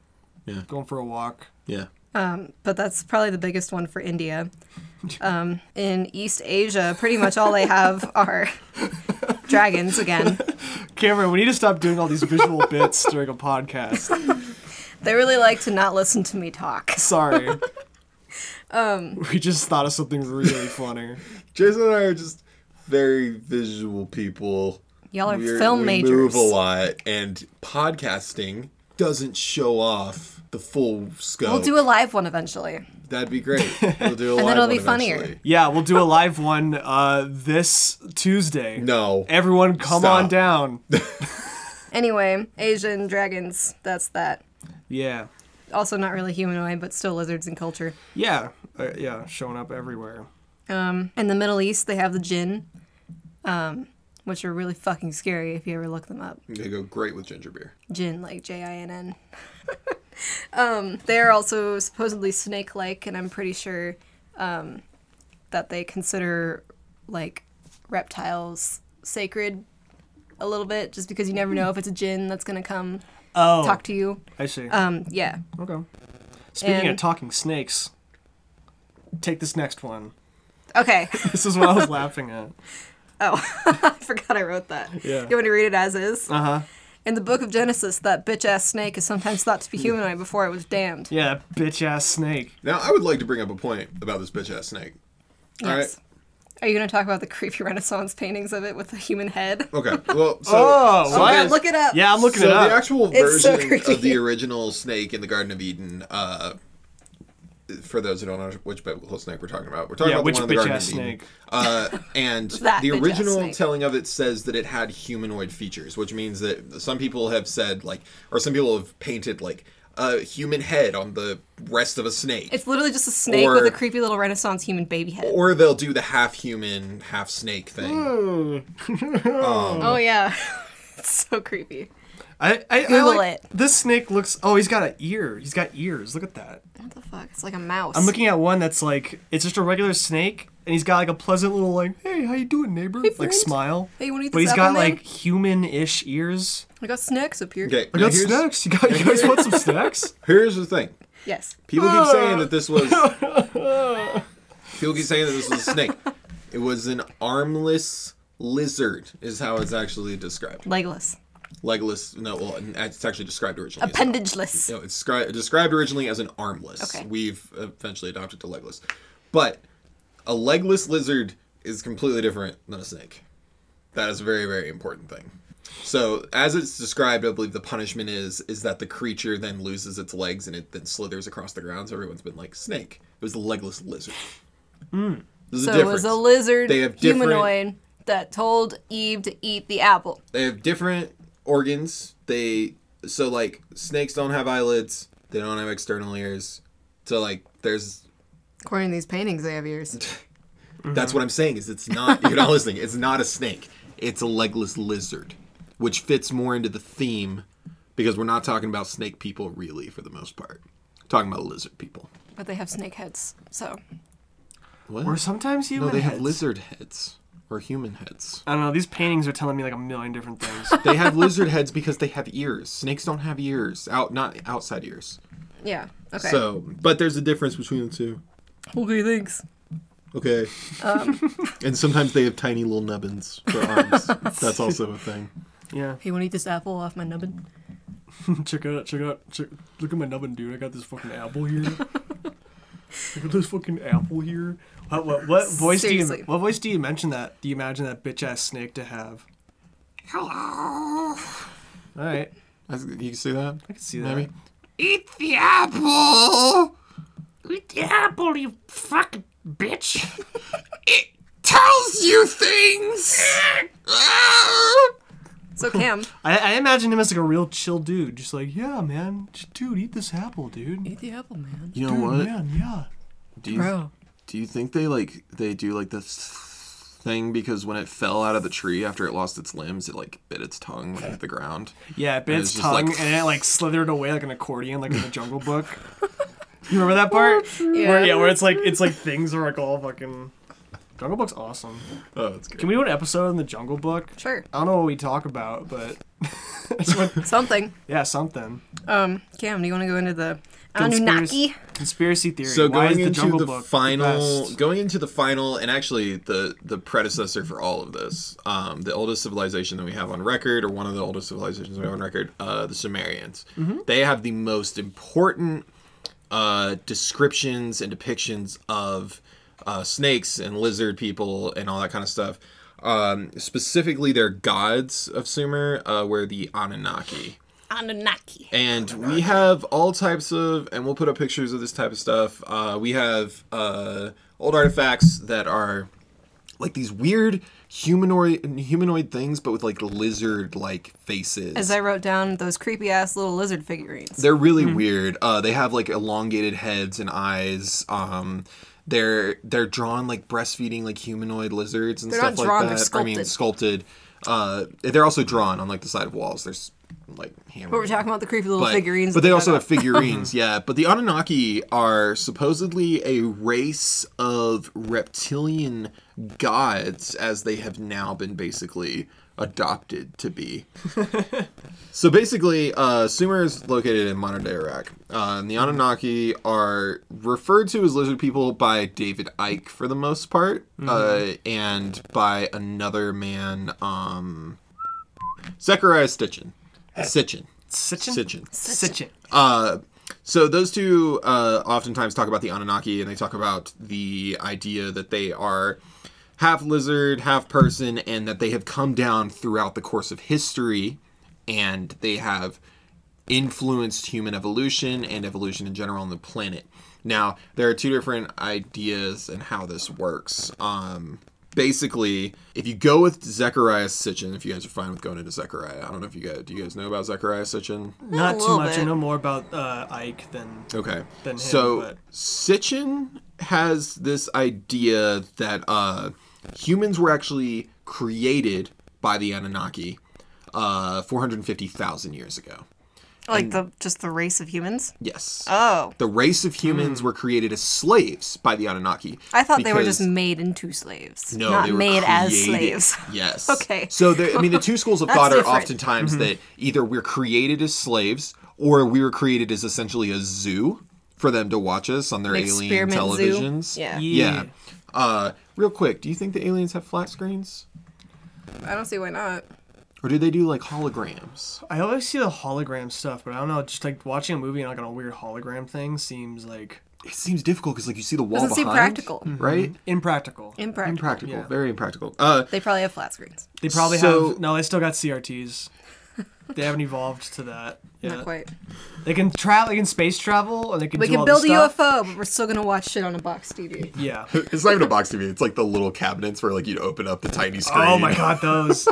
Speaker 1: Going for a walk.
Speaker 3: Yeah.
Speaker 2: but that's probably the biggest one for India. Um, in East Asia, pretty much all they have are dragons again.
Speaker 1: Cameron, we need to stop doing all these visual bits during a podcast.
Speaker 2: They really like to not listen to me talk.
Speaker 1: Sorry. Um, we just thought of something really funny.
Speaker 3: Jason and I are just very visual people.
Speaker 2: Y'all are
Speaker 3: We're-
Speaker 2: film
Speaker 3: we
Speaker 2: majors.
Speaker 3: move a lot, and podcasting doesn't show off the full scope.
Speaker 2: We'll do a live one eventually.
Speaker 3: That'd be great. We'll do a live
Speaker 2: then it'll
Speaker 3: one
Speaker 2: be funnier.
Speaker 3: eventually.
Speaker 1: Yeah, we'll do a live one uh, this Tuesday.
Speaker 3: No.
Speaker 1: Everyone, come
Speaker 3: Stop.
Speaker 1: on down.
Speaker 2: Anyway, Asian dragons, that's that.
Speaker 1: Yeah.
Speaker 2: Also not really humanoid, but still lizards and culture.
Speaker 1: Yeah. Uh, yeah, showing up everywhere.
Speaker 2: Um, in the Middle East, they have the jinn, um, which are really fucking scary if you ever look them up.
Speaker 3: They go great with ginger beer.
Speaker 2: Jinn, like J I N N. Um, They're also supposedly snake like, and I'm pretty sure um, that they consider like reptiles sacred a little bit, just because you never know if it's a jinn that's going to come
Speaker 1: Oh,
Speaker 2: talk to you.
Speaker 1: I see.
Speaker 2: Um, yeah.
Speaker 1: okay. Speaking of
Speaker 2: and-
Speaker 1: talking snakes, take this next one.
Speaker 2: Okay.
Speaker 1: This is what I was laughing at.
Speaker 2: Oh, I forgot I wrote that.
Speaker 1: Yeah.
Speaker 2: You want to read it as is?
Speaker 1: Uh huh.
Speaker 2: In the book of Genesis, that bitch ass snake is sometimes thought to be humanoid before it was damned.
Speaker 1: Yeah, that bitch ass snake.
Speaker 3: Now, I would like to bring up a point about this bitch ass snake.
Speaker 2: Yes. Are you going to talk about the creepy Renaissance paintings of it with the human head?
Speaker 3: All right. Okay. Well, so.
Speaker 1: Oh,
Speaker 3: so
Speaker 1: what?
Speaker 3: there's-
Speaker 2: Look it up.
Speaker 1: Yeah, I'm looking
Speaker 3: so
Speaker 1: it up.
Speaker 3: the actual
Speaker 2: It's so
Speaker 3: version of
Speaker 2: creepy.
Speaker 3: the original snake in the Garden of Eden, uh, for those who don't know which biblical snake we're talking about, we're talking
Speaker 1: Yeah,
Speaker 3: about
Speaker 1: which
Speaker 3: the one in the Garden of
Speaker 1: bitch-ass
Speaker 3: Eden.
Speaker 1: snake?
Speaker 3: Uh, and
Speaker 2: That
Speaker 3: the
Speaker 2: bitch-ass
Speaker 3: original
Speaker 2: snake.
Speaker 3: telling of it says that it had humanoid features, which means that some people have said like, or some people have painted like a human head on the rest of a snake.
Speaker 2: It's literally just a snake
Speaker 3: Or-
Speaker 2: with a creepy little Renaissance human baby head.
Speaker 3: or they'll do the half human, half snake thing.
Speaker 1: Hmm.
Speaker 2: oh, yeah. it's so creepy.
Speaker 1: I, I, I
Speaker 2: Google
Speaker 1: like-
Speaker 2: it.
Speaker 1: This snake looks. Oh, he's got an ear. He's got ears. Look at that.
Speaker 2: What the fuck? It's like a mouse.
Speaker 1: I'm looking at one that's like it's just a regular snake, and he's got like a pleasant little like, "Hey, how you doing, neighbor?" like
Speaker 2: friend.
Speaker 1: smile.
Speaker 2: Hey, you wanna eat
Speaker 1: but
Speaker 2: this
Speaker 1: he's got
Speaker 2: apple, man?
Speaker 1: like human-ish ears.
Speaker 2: I got snacks up here.
Speaker 3: Okay,
Speaker 1: I
Speaker 3: now
Speaker 1: got
Speaker 3: here's,
Speaker 1: snacks. You, got, you guys want some snacks?
Speaker 3: here's the thing.
Speaker 2: Yes.
Speaker 3: People keep saying that this was. people keep saying that this was a snake. It was an armless lizard, is how it's actually described.
Speaker 2: Legless.
Speaker 3: Legless. No, well, it's actually described originally. as-
Speaker 2: Appendageless.
Speaker 3: no, it's scri- described originally as an armless.
Speaker 2: Okay.
Speaker 3: We've eventually adopted to legless, but a legless lizard is completely different than a snake. That is a very, very important thing. So, as it's described, I believe the punishment is is that the creature then loses its legs and it then slithers across the ground. So everyone's been like, "Snake." It was a legless lizard. There's
Speaker 2: So
Speaker 3: a
Speaker 2: it was
Speaker 3: difference.
Speaker 2: a lizard
Speaker 3: They have different-
Speaker 2: humanoid that told Eve to eat the apple.
Speaker 3: they have different organs. They so like snakes don't have eyelids. They don't have external ears. So like there's
Speaker 2: According to these paintings, they have ears.
Speaker 3: That's what I'm saying. Is it's not. You're not listening. It's not a snake. It's a legless lizard, which fits more into the theme, because we're not talking about snake people really for the most part. We're talking about lizard people.
Speaker 2: But they have snake heads, so
Speaker 3: What?
Speaker 1: Or sometimes human
Speaker 3: no, they have
Speaker 1: heads.
Speaker 3: lizard heads or human heads.
Speaker 1: I don't know. These paintings are telling me like a million different things.
Speaker 3: They have lizard heads because they have ears. Snakes don't have ears. Out, not outside ears.
Speaker 2: yeah. Okay.
Speaker 3: So, but there's a difference between the two.
Speaker 2: okay, thanks.
Speaker 3: Okay. and sometimes they have tiny little nubbins for arms. That's also a thing.
Speaker 1: yeah.
Speaker 2: Hey, wanna eat this apple off my nubbin?
Speaker 1: Check it out. Check it out. Check, look at my nubbin, dude. I got this fucking apple here. look at this fucking apple here. What, what, what voice do
Speaker 2: Seriously.
Speaker 1: you? What voice do you mention that? Do you imagine that bitch ass snake to have?
Speaker 3: Hello.
Speaker 1: All right,
Speaker 3: That's, you see that?
Speaker 1: I can see that.
Speaker 3: Maybe. Eat the apple!
Speaker 1: Eat the apple, you fucking bitch.
Speaker 3: It tells you things! Ah!
Speaker 2: So Cam,
Speaker 1: I, I imagine him as like a real chill dude, just like yeah, man, J- dude, eat this apple, dude.
Speaker 2: eat the apple, man.
Speaker 3: you know
Speaker 1: Dude,
Speaker 3: what?
Speaker 1: man, yeah.
Speaker 3: Do you
Speaker 2: Bro.
Speaker 3: do you think they like they do like this thing because when it fell out of the tree after it lost its limbs, it like bit its tongue when it hit the ground?
Speaker 1: Yeah, it bit
Speaker 3: And
Speaker 1: its
Speaker 3: it's just like-
Speaker 1: tongue and it like slithered away like an accordion, like in the Jungle Book. You remember that part?
Speaker 2: Yeah.
Speaker 1: Where, yeah, where it's like it's like things are like all fucking. Jungle Book's awesome.
Speaker 3: Oh, that's good.
Speaker 1: Can we do an episode on the Jungle Book?
Speaker 2: Sure.
Speaker 1: I don't know what we talk about, but I just want-
Speaker 2: Something.
Speaker 1: yeah, something
Speaker 2: Um, Cam, do you wanna go into the
Speaker 1: Conspiracy.
Speaker 2: Anunnaki?
Speaker 1: conspiracy theory.
Speaker 3: So
Speaker 1: Why
Speaker 3: going
Speaker 1: is the
Speaker 3: into
Speaker 1: Jungle
Speaker 3: the
Speaker 1: Book
Speaker 3: final,
Speaker 1: best?
Speaker 3: going into the final, and actually the the predecessor for all of this, um, the oldest civilization that we have on record, or one of the oldest civilizations we have on record, uh, the Sumerians.
Speaker 1: Mm-hmm.
Speaker 3: They have the most important uh, descriptions and depictions of uh, snakes and lizard people and all that kind of stuff. Um, specifically, their gods of Sumer uh, were the Anunnaki.
Speaker 2: Anunnaki.
Speaker 3: And we have all types of, and we'll put up pictures of this type of stuff. Uh, we have uh, old artifacts that are like these weird humanoid humanoid things, but with like lizard like faces.
Speaker 2: As I wrote down those creepy ass little lizard figurines.
Speaker 3: They're really weird. Uh, they have like elongated heads and eyes. Um, they're they're drawn like breastfeeding like humanoid lizards and
Speaker 2: They're
Speaker 3: stuff
Speaker 2: not drawn,
Speaker 3: like
Speaker 2: they're
Speaker 3: that. I mean, sculpted. Uh, they're also drawn on like the side of walls. There's like hammered.
Speaker 2: But we're talking about the creepy little
Speaker 3: But-
Speaker 2: figurines.
Speaker 3: But
Speaker 2: that
Speaker 3: they also
Speaker 2: dug
Speaker 3: have figurines, yeah. But the Anunnaki are supposedly a race of reptilian gods, as they have now been basically adopted to be. so basically, uh, Sumer is located in modern day Iraq. Uh, and the Anunnaki are referred to as lizard people by David Icke for the most part, uh, and by another man, um, Zechariah Stitchin. Sitchin.
Speaker 1: Sitchin?
Speaker 3: Sitchin.
Speaker 1: Sitchin.
Speaker 3: Uh, so those two uh, oftentimes talk about the Anunnaki, and they talk about the idea that they are half lizard, half person, and that they have come down throughout the course of history, and they have influenced human evolution and evolution in general on the planet. Now, there are two different ideas and how this works. Um, basically, if you go with Zechariah Sitchin, if you guys are fine with going into Zechariah, I don't know if you guys do you guys know about Zechariah Sitchin?
Speaker 1: Not too
Speaker 2: little
Speaker 1: much. I
Speaker 2: bit.
Speaker 1: know more about uh, Ike than
Speaker 3: Okay.
Speaker 1: than him,
Speaker 3: so
Speaker 1: but-
Speaker 3: Sitchin has this idea that uh, humans were actually created by the Anunnaki uh, 450,000 years ago.
Speaker 2: like
Speaker 3: um,
Speaker 2: the just the race of humans.
Speaker 3: Yes.
Speaker 2: Oh,
Speaker 3: the race of
Speaker 1: Hmm.
Speaker 3: humans were created as slaves by the Anunnaki.
Speaker 2: I thought they were just
Speaker 3: because-
Speaker 2: made into slaves,
Speaker 3: No,
Speaker 2: not
Speaker 3: they were
Speaker 2: made as
Speaker 3: created-
Speaker 2: slaves.
Speaker 3: Yes.
Speaker 2: Okay.
Speaker 3: So there, I mean, the two schools of
Speaker 2: That's
Speaker 3: thought are
Speaker 2: different. Mm-hmm.
Speaker 3: oftentimes that either we're created as slaves or we were created as essentially a zoo for them to watch us on their
Speaker 2: An
Speaker 3: alien
Speaker 2: experiment zoo?
Speaker 3: televisions.
Speaker 2: Yeah.
Speaker 1: Yeah.
Speaker 3: Yeah. Uh, real quick, do you think the aliens have flat screens,
Speaker 2: I don't see why not.
Speaker 3: or do they do like holograms?
Speaker 1: I always see the hologram stuff, but I don't know. Just like watching a movie and like on a weird hologram thing seems like
Speaker 3: it seems difficult because like you see the wall
Speaker 2: Doesn't seem
Speaker 3: behind,
Speaker 2: practical. Mm-hmm.
Speaker 3: right?
Speaker 1: Impractical.
Speaker 2: Impractical.
Speaker 3: Impractical,
Speaker 1: Yeah.
Speaker 3: very impractical. Uh,
Speaker 2: They probably have flat screens.
Speaker 1: They probably
Speaker 3: So-
Speaker 1: have no. They still got CRTs. They haven't evolved to that.
Speaker 2: Not
Speaker 1: yet.
Speaker 2: quite.
Speaker 1: They can travel. They can space travel, and they can.
Speaker 2: We
Speaker 1: do
Speaker 2: can
Speaker 1: all
Speaker 2: build a
Speaker 1: this stuff.
Speaker 2: UFO, but we're still gonna watch shit on a box TV.
Speaker 1: Yeah.
Speaker 4: It's not even a box TV. It's like the little cabinets where like you'd open up the tiny screen.
Speaker 1: Oh my god, those.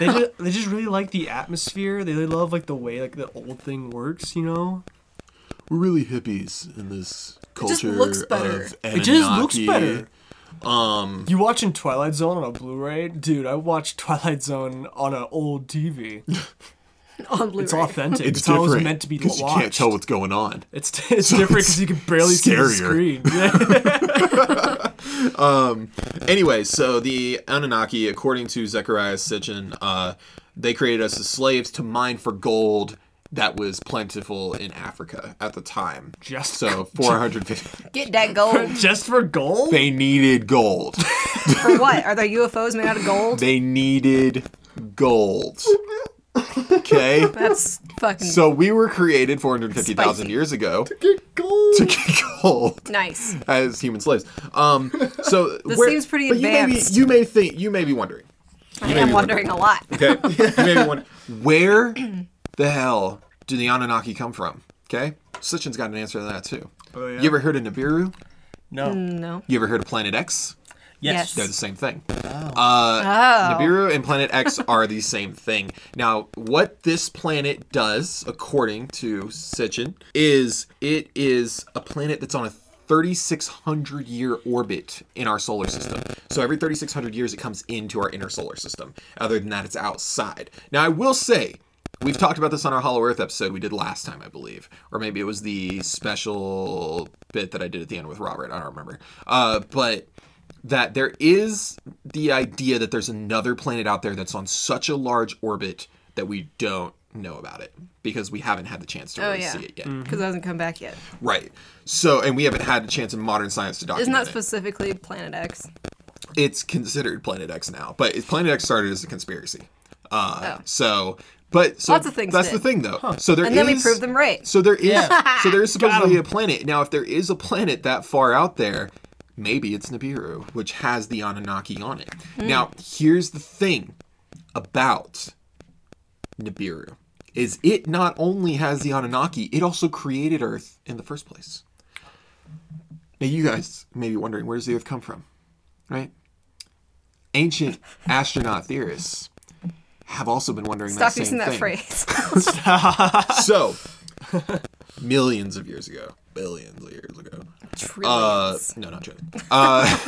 Speaker 1: they just they just really like the atmosphere. They really love like the way like the old thing works. You know.
Speaker 3: we're really hippies in this culture
Speaker 2: just looks better.
Speaker 3: of
Speaker 1: It just looks
Speaker 3: Anunnaki.
Speaker 1: better. Um, you watching Twilight Zone on a Blu-ray, dude? I watched Twilight Zone on an old TV.
Speaker 2: On Blu-ray.
Speaker 1: It's authentic.
Speaker 3: It's
Speaker 1: It's, how it was
Speaker 3: different
Speaker 1: meant to be
Speaker 3: because
Speaker 1: watched.
Speaker 3: you can't tell what's going on.
Speaker 1: It's it's different because
Speaker 3: it's
Speaker 1: you can barely see the
Speaker 3: scarier.
Speaker 1: screen. Yeah.
Speaker 3: Anyway, so the Anunnaki, according to Zechariah Sitchin, uh, they created us as slaves to mine for gold that was plentiful in Africa at the time.
Speaker 1: Just-
Speaker 3: so 450.
Speaker 2: Get that gold
Speaker 1: Just for gold?
Speaker 3: they needed gold.
Speaker 2: for what? Are there UFOs made out of gold?
Speaker 3: They needed gold. Okay.
Speaker 2: That's fucking
Speaker 3: So we were created 450,000
Speaker 2: Spicy.
Speaker 3: years ago
Speaker 1: gold.
Speaker 3: to get gold.
Speaker 2: nice.
Speaker 3: as human slaves. Um, so
Speaker 2: This seems pretty
Speaker 3: but
Speaker 2: advanced.
Speaker 3: You may, be, you may think you may be wondering.
Speaker 2: I am wondering a lot.
Speaker 3: Okay, you may be wondering where the hell do the Anunnaki come from? Okay, Sitchin's got an answer to that too.
Speaker 1: Oh, yeah?
Speaker 3: You ever heard of Nibiru?
Speaker 1: No.
Speaker 2: No.
Speaker 3: You ever heard of Planet X?
Speaker 2: Yes.
Speaker 3: They're the same thing.
Speaker 2: Oh.
Speaker 3: Nibiru and Planet X are the same thing. Now, what this planet does, according to Sitchin, is it is a planet that's on a 3,600 year orbit in our solar system. So every 3,600 years, it comes into our inner solar system. Other than that, it's outside. Now, I will say, we've talked about this on our Hollow Earth episode we did last time, I believe, or maybe it was the special bit that I did at the end with Robert. I don't remember. Uh, but that there is the idea that there's another planet out there that's on such a large orbit that we don't know about it because we haven't had the chance to
Speaker 2: Oh
Speaker 3: really
Speaker 2: yeah.
Speaker 3: see it yet.
Speaker 2: Because it hasn't come back yet.
Speaker 3: Right. So, and we haven't had a chance in modern science to document
Speaker 2: Isn't that
Speaker 3: it.
Speaker 2: specifically Planet X?
Speaker 3: It's considered Planet X now, but it- Planet X started as a conspiracy. Uh,
Speaker 2: Oh.
Speaker 3: So, but so
Speaker 2: Lots of things
Speaker 3: That's
Speaker 2: did.
Speaker 3: the thing, though. So there
Speaker 2: And then we
Speaker 3: is-
Speaker 2: proved them right.
Speaker 3: So there is so there is supposedly a planet. Now, if there is a planet that far out there, maybe it's Nibiru, which has the Anunnaki on it.
Speaker 2: Hmm.
Speaker 3: Now, here's the thing about Nibiru is it not only has the Anunnaki, it also created Earth in the first place. Now, you guys may be wondering, where does the Earth come from? Right? Ancient astronaut theorists have also been wondering that
Speaker 2: Stop
Speaker 3: same
Speaker 2: using that
Speaker 3: thing
Speaker 2: phrase.
Speaker 3: so millions of years ago billions of years ago uh,
Speaker 2: Trillions.
Speaker 3: no not joking uh,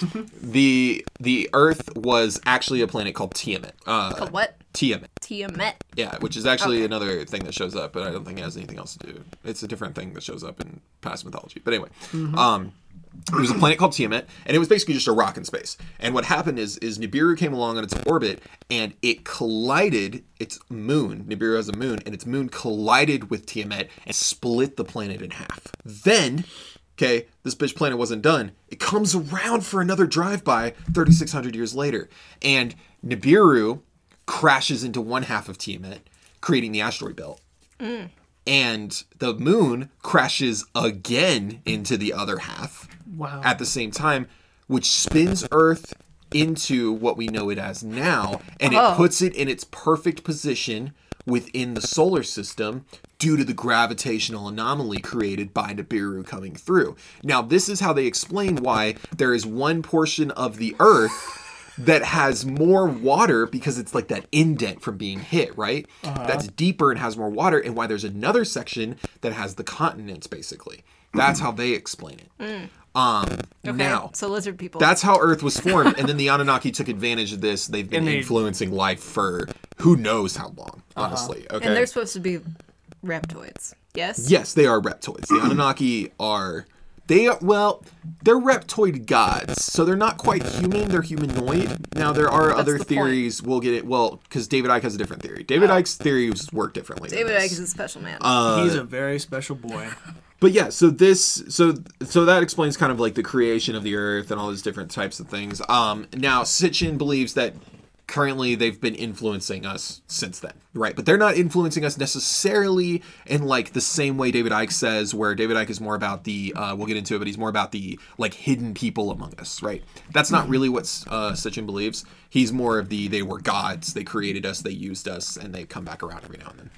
Speaker 3: the the earth was actually a planet called tiamat uh,
Speaker 2: But what?
Speaker 3: tiamat
Speaker 2: Tiamat.
Speaker 3: yeah which is actually another thing that shows up but i don't think it has anything else to do it's a different thing that shows up in past mythology but anyway um it was a planet called Tiamat, and it was basically just a rock in space. And what happened is, is Nibiru came along on its orbit, and it collided its moon. Nibiru has a moon, and its moon collided with Tiamat and split the planet in half. Then, okay, this bitch planet wasn't done. It comes around for another drive-by 3,600 years later, and Nibiru crashes into one half of Tiamat, creating the asteroid belt and the moon crashes again into the other half
Speaker 1: Wow.
Speaker 3: at the same time which spins earth into what we know it as now and it
Speaker 2: Oh.
Speaker 3: puts it in its perfect position within the solar system due to the gravitational anomaly created by Nibiru coming through. Now, this is how they explain why there is one portion of the earth that has more water because it's like that indent from being hit, right?
Speaker 1: Uh-huh.
Speaker 3: That's deeper and has more water, and why there's another section that has the continents basically. That's how they explain it. Um,
Speaker 2: Mm. Okay.
Speaker 3: now
Speaker 2: So lizard people.
Speaker 3: that's how Earth was formed, and then the Anunnaki took advantage of this. They've been
Speaker 1: And they- Uh-huh.
Speaker 3: influencing life for who knows how long, honestly. Okay.
Speaker 2: And they're supposed to be reptoids. Yes?
Speaker 3: Yes, they are reptoids. The Anunnaki are they are well, they're reptoid gods. So they're not quite human, they're humanoid. Now there are other
Speaker 2: the point. Oh.
Speaker 3: theories we'll get it well cuz David Icke has a different theory. David Icke's theories work differently. than
Speaker 2: David
Speaker 3: this.
Speaker 2: Icke is a special man.
Speaker 3: Um, Uh,
Speaker 1: He's a very special boy.
Speaker 3: But yeah, so this so so that explains kind of like the creation of the earth and all those different types of things. Um now Sitchin believes that currently they've been influencing us since then, right? But they're not influencing us necessarily in like the same way David Icke says, where David Icke is more about the uh, we'll get into it, but he's more about the like hidden people among us, right? That's not really what uh, Sitchin believes. He's more of the they were gods, they created us, they used us, and they come back around every now and then.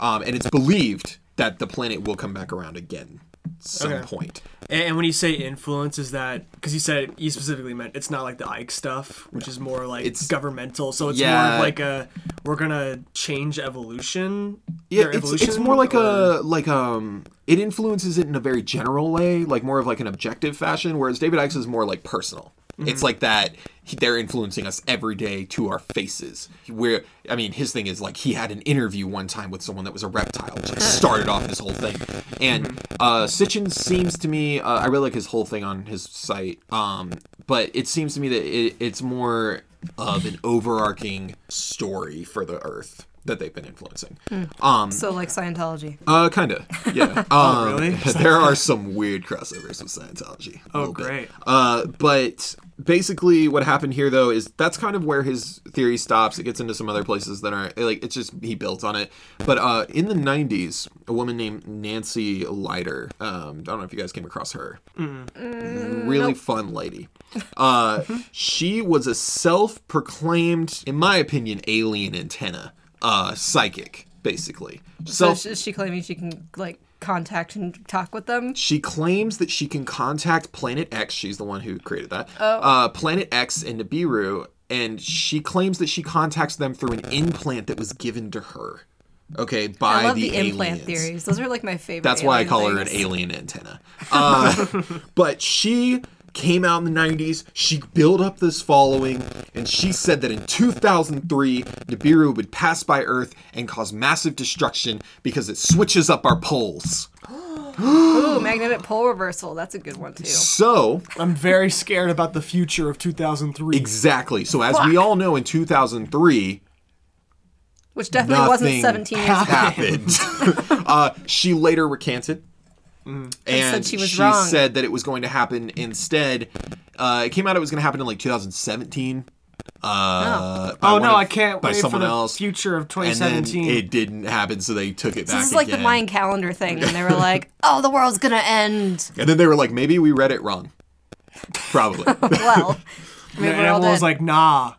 Speaker 3: Um, and it's believed that the planet will come back around again some
Speaker 1: Okay.
Speaker 3: point.
Speaker 1: And, and when you say influence, is that because you said you specifically meant it's not like the Ike stuff, which is more like
Speaker 3: It's-
Speaker 1: governmental. So it's more
Speaker 3: Yeah.
Speaker 1: of like a we're gonna change evolution.
Speaker 3: yeah
Speaker 1: their
Speaker 3: it's, it's
Speaker 1: evolution,
Speaker 3: more like
Speaker 1: or-
Speaker 3: a like um it influences it in a very general way like more of like an objective fashion whereas david Icke's is more like personal
Speaker 1: Mm-hmm.
Speaker 3: it's like that he, they're influencing us every day to our faces where i mean his thing is like he had an interview one time with someone that was a reptile which started off this whole thing and
Speaker 1: Mm-hmm.
Speaker 3: uh sitchin seems to me uh, i really like his whole thing on his site um but it seems to me that it, it's more of an overarching story for the earth that they've been influencing
Speaker 1: Hmm.
Speaker 3: um
Speaker 2: So like Scientology.
Speaker 3: uh, kind of. Yeah. Um,
Speaker 1: Oh, really?
Speaker 3: there are some weird crossovers with Scientology. a
Speaker 1: Oh,
Speaker 3: little bit.
Speaker 1: great.
Speaker 3: Uh, but basically, what happened here though is that's kind of where his theory stops. It gets into some other places that aren't like it's just he built on it. But uh, in the '90s, a woman named Nancy Leiter. Um, I don't know if you guys came across her.
Speaker 2: Mm.
Speaker 3: Really fun lady. Uh, she was a self-proclaimed, in my opinion, alien antenna uh, psychic. Basically,
Speaker 2: So
Speaker 3: self
Speaker 2: is she- is she claiming she can like contact and talk with them?
Speaker 3: she claims that she can contact Planet X. She's the one who created that.
Speaker 2: Oh.
Speaker 3: Uh, Planet X and Nibiru, and she claims that she contacts them through an implant that was given to her. Okay, by
Speaker 2: I love
Speaker 3: the,
Speaker 2: the, implant
Speaker 3: aliens.
Speaker 2: theories. Those are like my favorite.
Speaker 3: That's why I
Speaker 2: alien
Speaker 3: call her an
Speaker 2: things.
Speaker 3: alien antenna. Uh, but she came out in the 90s. She built up this following, and she said that in 2003, Nibiru would pass by Earth and cause massive destruction because it switches up our poles.
Speaker 2: Ooh, magnetic pole reversal. That's a good one too.
Speaker 3: So,
Speaker 1: I'm very scared about the future of 2003.
Speaker 3: Exactly. So as we all know, in 2003,
Speaker 2: Which definitely
Speaker 3: nothing
Speaker 2: wasn't 17 years ago.
Speaker 3: happened. uh, she later recanted. And
Speaker 2: said she was
Speaker 3: she
Speaker 2: wrong.
Speaker 3: said that it was going to happen instead. Uh, it came out it was going to happen in like 2017. Uh, by
Speaker 1: Oh
Speaker 3: one
Speaker 1: no,
Speaker 3: of-
Speaker 1: I can't
Speaker 3: by
Speaker 1: wait for
Speaker 3: someone
Speaker 1: the
Speaker 3: else.
Speaker 1: future of
Speaker 3: and then
Speaker 1: 2017.
Speaker 3: it didn't happen, so they took it back.
Speaker 2: This is like
Speaker 3: again.
Speaker 2: the Mayan calendar thing, and they were like, "Oh, the world's gonna end."
Speaker 3: And then they were like, maybe we read it wrong. Probably.
Speaker 2: Well, I mean,
Speaker 1: and
Speaker 2: we're all
Speaker 1: everyone's
Speaker 2: dead.
Speaker 1: like, nah,